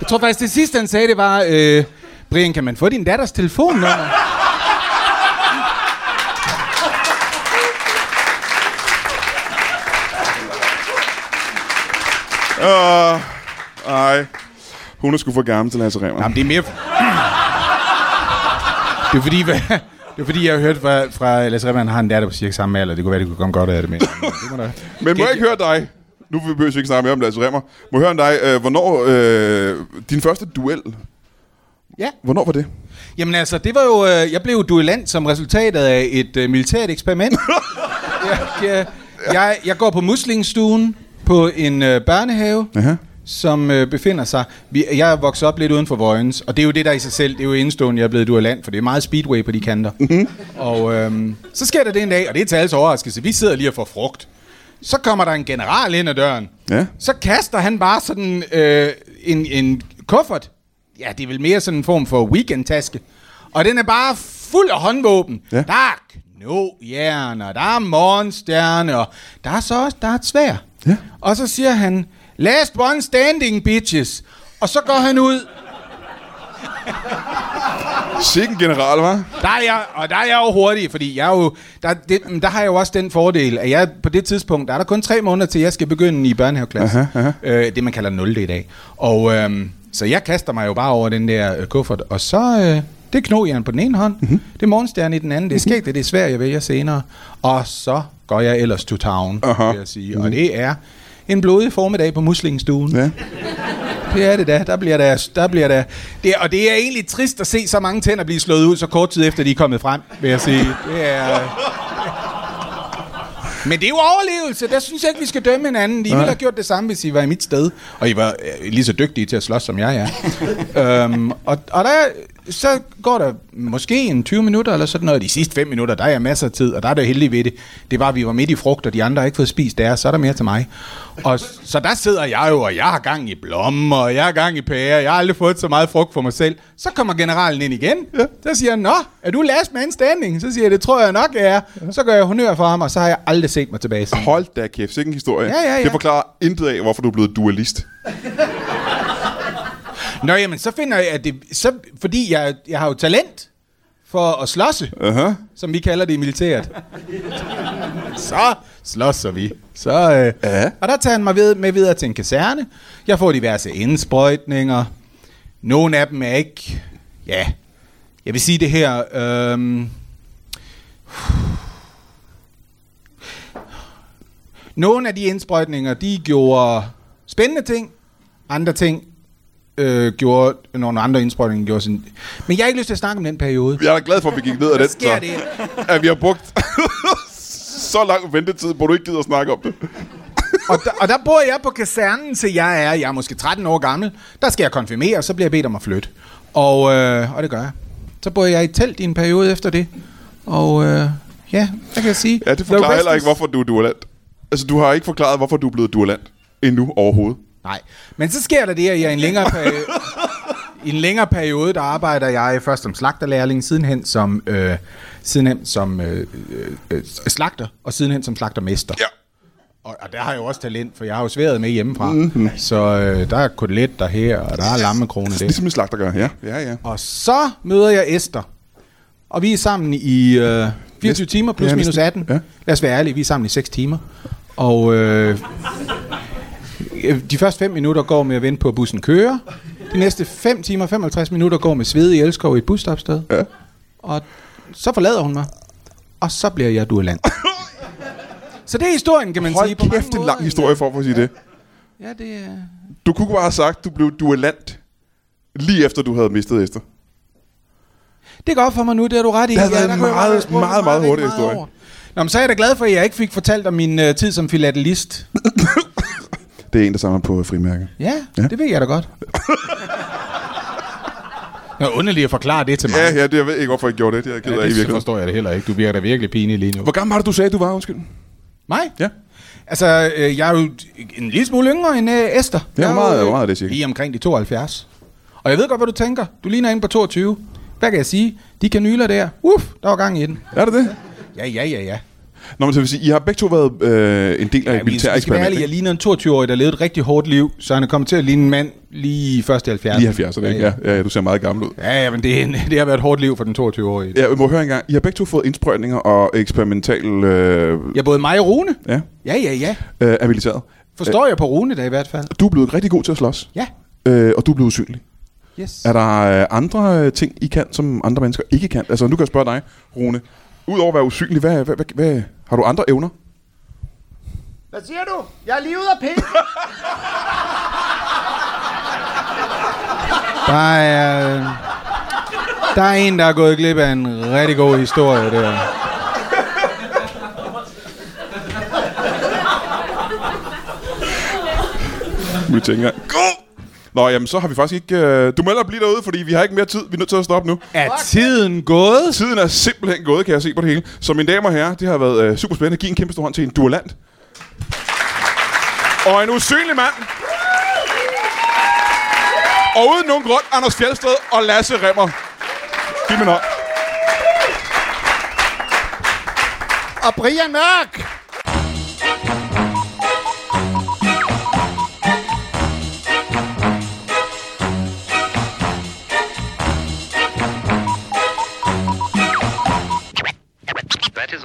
[SPEAKER 3] Jeg tror faktisk, det sidste, han sagde, det var... Øh, Brian, kan man få din datters telefonnummer?
[SPEAKER 1] Åh, ej. Hun er sgu for gammel til Lasse Remmer.
[SPEAKER 3] Jamen, det er mere... det er fordi, hvad... Det er fordi, jeg har hørt fra, fra Lasse Remmer, han har en datter på cirka samme alder. Det kunne være, det kunne komme godt af det, men... Det må da...
[SPEAKER 1] Men må jeg ikke høre dig? Nu behøver vi ikke snakke mere om Lasse Remmer. Må jeg høre dig, øh, hvornår... Øh, din første duel,
[SPEAKER 3] Ja.
[SPEAKER 1] hvornår var det?
[SPEAKER 3] Jamen altså, det var jo... Øh, jeg blev jo duellant som resultat af et øh, militært eksperiment. jeg, øh, jeg, jeg går på muslingstuen på en øh, børnehave,
[SPEAKER 1] Aha.
[SPEAKER 3] som øh, befinder sig... Vi, jeg er vokset op lidt uden for Vojens, og det er jo det, der i sig selv... Det er jo indstående, jeg er blevet duellant, for det er meget speedway på de kanter.
[SPEAKER 1] Mhm.
[SPEAKER 3] og øh, så sker der det en dag, og det er til alles overraskelse. Vi sidder lige og får frugt. Så kommer der en general ind ad døren.
[SPEAKER 1] Ja.
[SPEAKER 3] Så kaster han bare sådan øh, en, en kuffert. Ja, det er vel mere sådan en form for weekendtaske. Og den er bare fuld af håndvåben.
[SPEAKER 1] Ja.
[SPEAKER 3] Ja. Der er knogjern, og der er morgenstjerne, og der er så også der er et svær.
[SPEAKER 1] Ja.
[SPEAKER 3] Og så siger han, last one standing, bitches. Og så går han ud,
[SPEAKER 1] Sikken general, var?
[SPEAKER 3] Der er jeg, og der er jeg jo hurtig, fordi jeg er jo, der, det, men der har jeg jo også den fordel, at jeg på det tidspunkt, der er der kun tre måneder til, jeg skal begynde i børnehaveklasse. Øh, det man kalder 0. i dag. Og øhm, så jeg kaster mig jo bare over den der øh, kuffert, og så, øh, det er knogjern på den ene hånd,
[SPEAKER 1] Mhm.
[SPEAKER 3] mm-hmm. det er morgenstjerne i den anden, det er skægt, det er svært, jeg vælger senere. Og så går jeg ellers to town,
[SPEAKER 1] Aha.
[SPEAKER 3] uh-huh. vil jeg sige. Og det er en blodig formiddag på muslingstuen.
[SPEAKER 1] Ja.
[SPEAKER 3] Det er det da. Der bliver der, der bliver der. Det er, og det er egentlig trist at se så mange tænder blive slået ud så kort tid efter, de er kommet frem, vil jeg sige. Det er... Men det er jo overlevelse. Der synes jeg ikke, vi skal dømme hinanden. I ville have gjort det samme, hvis I var i mit sted. Og I var øh, lige så dygtige til at slås, som jeg er. øhm, og, og der, så går der måske en 20 minutter eller sådan noget. De sidste 5 minutter, der er jeg masser af tid, og der er det heldige ved det. Det var, at vi var midt i frugt, og de andre har ikke fået spist deres, så er der mere til mig. Og, s- så der sidder jeg jo, og jeg har gang i blommer, og jeg har gang i pærer. Jeg har aldrig fået så meget frugt for mig selv. Så kommer generalen ind igen. Ja. Så siger han, Nå, er du last man standing? Så siger jeg, det tror jeg nok, jeg er. Så gør jeg honør for ham, og så har jeg aldrig set mig tilbage siden.
[SPEAKER 1] Hold da kæft, sikken historie.
[SPEAKER 3] Ja, ja, ja.
[SPEAKER 1] Det forklarer intet af, hvorfor du er blevet dualist.
[SPEAKER 3] Nå, jamen, så finder jeg, at det... Så, fordi jeg, jeg har jo talent for at slåsse,
[SPEAKER 1] Aha.
[SPEAKER 3] som vi kalder det i militæret. så slåsser vi. Så, øh,
[SPEAKER 1] Ja.
[SPEAKER 3] Og der tager han mig ved, med videre til en kaserne. Jeg får diverse indsprøjtninger. Nogle af dem er ikke... Ja, jeg vil sige det her... Øh, Nogle af de indsprøjtninger, de gjorde spændende ting, andre ting øh, gjorde, nogle andre indsprøjtninger gjorde sådan... Men jeg har ikke lyst til at snakke om den periode.
[SPEAKER 1] Jeg er da glad for, at vi gik ned ad den,
[SPEAKER 3] Hvad sker
[SPEAKER 1] at vi har brugt så lang ventetid, hvor du ikke gider at snakke om det.
[SPEAKER 3] og, der, og der bor jeg på kasernen, til jeg er, jeg er måske 13 år gammel. Der skal jeg konfirmere, og så bliver jeg bedt om at flytte. Og, øh, og det gør jeg. Så bor jeg i et telt i en periode efter det. Og øh, ja, hvad kan jeg sige?
[SPEAKER 1] Ja, det
[SPEAKER 3] The
[SPEAKER 1] forklarer
[SPEAKER 3] rest
[SPEAKER 1] heller ikke,
[SPEAKER 3] is-
[SPEAKER 1] hvorfor du er dualant. Altså, du har ikke forklaret, hvorfor du er blevet dualant endnu overhovedet.
[SPEAKER 3] Nej, men så sker der det, at jeg i en længere periode, i en længere periode der arbejder jeg først som slagterlærling, sidenhen som, øh, sidenhen som øh, øh, øh, slagter, og sidenhen som slagtermester.
[SPEAKER 1] Ja.
[SPEAKER 3] Og, og der har jeg jo også talent, for jeg har jo sværet med hjemmefra.
[SPEAKER 1] Mhm.
[SPEAKER 3] Mm-hmm. Så øh, der er kotelet der her, og der er lammekrone der.
[SPEAKER 1] Ligesom en slagter gør, ja. Ja, ja.
[SPEAKER 3] Og så møder jeg Esther. Og vi er sammen i øh, 24
[SPEAKER 1] Næsten.
[SPEAKER 3] timer plus
[SPEAKER 1] Ja,
[SPEAKER 3] ja,
[SPEAKER 1] næsten.
[SPEAKER 3] minus 18.
[SPEAKER 1] Ja.
[SPEAKER 3] Ja. Lad os være ærlige, vi er sammen i 6 timer. Og øh, øh, de første 5 minutter går med at vente på, at bussen kører. De næste 5 timer og 55 minutter går med svede i elskov i et busstopsted. Ja. Og så forlader hun mig. Og så bliver jeg duelant. så det er historien, kan man sige.
[SPEAKER 1] Hold
[SPEAKER 3] på mange
[SPEAKER 1] kæft, en
[SPEAKER 3] måder.
[SPEAKER 1] lang historie for, for at sige det.
[SPEAKER 3] Ja, det øh, er...
[SPEAKER 1] Du kunne bare have sagt, du blev duelant, lige efter du havde mistet Esther.
[SPEAKER 3] Det går op for mig nu, det har du ret i.
[SPEAKER 1] havde været
[SPEAKER 3] der
[SPEAKER 1] en
[SPEAKER 3] kunne jeg
[SPEAKER 1] meget,
[SPEAKER 3] godt have spurgt
[SPEAKER 1] meget,
[SPEAKER 3] mig
[SPEAKER 1] meget
[SPEAKER 3] væk,
[SPEAKER 1] hurtig historie.
[SPEAKER 3] over. Nå, men så er jeg da glad for, at jeg ikke fik fortalt om min øh, tid som filatelist.
[SPEAKER 1] Det er en, der samler på frimærker.
[SPEAKER 3] Ja,
[SPEAKER 1] Ja.
[SPEAKER 3] ja, det ved jeg da godt. Nå, underligt at forklare det til mig.
[SPEAKER 1] Ja, ja, det, jeg ved ikke, hvorfor jeg gjorde det. Det er jeg ked af i
[SPEAKER 3] det
[SPEAKER 1] virkeligheden.
[SPEAKER 3] forstår jeg det heller ikke. Du virker da virkelig pinlig lige nu.
[SPEAKER 1] Hvor gammel var det, du sagde, du var? Undskyld.
[SPEAKER 3] Mig?
[SPEAKER 1] Ja.
[SPEAKER 3] Altså, øh, jeg er jo en lille smule yngre end øh, Esther.
[SPEAKER 1] Ja,
[SPEAKER 3] Jeg
[SPEAKER 1] hvor meget-
[SPEAKER 3] jo, øh,
[SPEAKER 1] hvor meget er det, cirka?
[SPEAKER 3] Lige omkring de 72. Og jeg ved godt, hvad du tænker. Du ligner en på 22. Hvad kan jeg sige? De kanyler der. Uff, der var gang i den.
[SPEAKER 1] Er det det?
[SPEAKER 3] Ja, ja, ja, ja.
[SPEAKER 1] Nå, men så vil sige, I har begge to været øh, en del af
[SPEAKER 3] Ja,
[SPEAKER 1] et
[SPEAKER 3] vi, vi
[SPEAKER 1] militær
[SPEAKER 3] skal være
[SPEAKER 1] eksperiment.
[SPEAKER 3] ærlige, jeg
[SPEAKER 1] ikke?
[SPEAKER 3] ligner en 22-årig, der levede et rigtig hårdt liv, så han er kommet til at ligne en mand lige først i 70'erne.
[SPEAKER 1] Lige 70'erne, ikke? Ja, ja, ja, du ser meget gammel ud.
[SPEAKER 3] Ja, ja, men det, er en, det har været et hårdt liv for den 22-årige.
[SPEAKER 1] Ja, jeg må høre engang. I har begge to fået indsprøjtninger og eksperimental øh,
[SPEAKER 3] Ja, både mig og Rune.
[SPEAKER 1] ja,
[SPEAKER 3] Ja, ja, ja.
[SPEAKER 1] øh, af militæret.
[SPEAKER 3] Forstår jeg på Rune da i hvert fald.
[SPEAKER 1] Du er blevet rigtig god til at slås,
[SPEAKER 3] Ja,
[SPEAKER 1] øh, og du er blevet usynlig.
[SPEAKER 3] yes.
[SPEAKER 1] Er der øh, andre øh, ting, I kan, som andre mennesker ikke kan? Altså, nu kan jeg spørge dig, Rune. Udover at være usynlig, hvad, hvad, hvad, hvad, har du andre evner?
[SPEAKER 2] Hvad siger du? Jeg er lige ude af pille.
[SPEAKER 3] Der er, øh, der er en, der er gået glip af en rigtig god historie der.
[SPEAKER 1] Vi tænker, gå! Nå, jamen, så har vi faktisk ikke... Øh, du må hellere blive derude, fordi vi har ikke mere tid. Vi er nødt til at stoppe nu.
[SPEAKER 3] Er tiden gået?
[SPEAKER 1] Tiden er simpelthen gået, kan jeg se på det hele. Så mine damer og herrer, det har været øh, super spændende. Giv en kæmpe stor hånd til en duelant. Og en usynlig mand. Og uden nogen grund, Anders Fjeldsted og Lasse Remmer. Giv mig en hånd.
[SPEAKER 2] Og Brian Mørk!
[SPEAKER 5] That is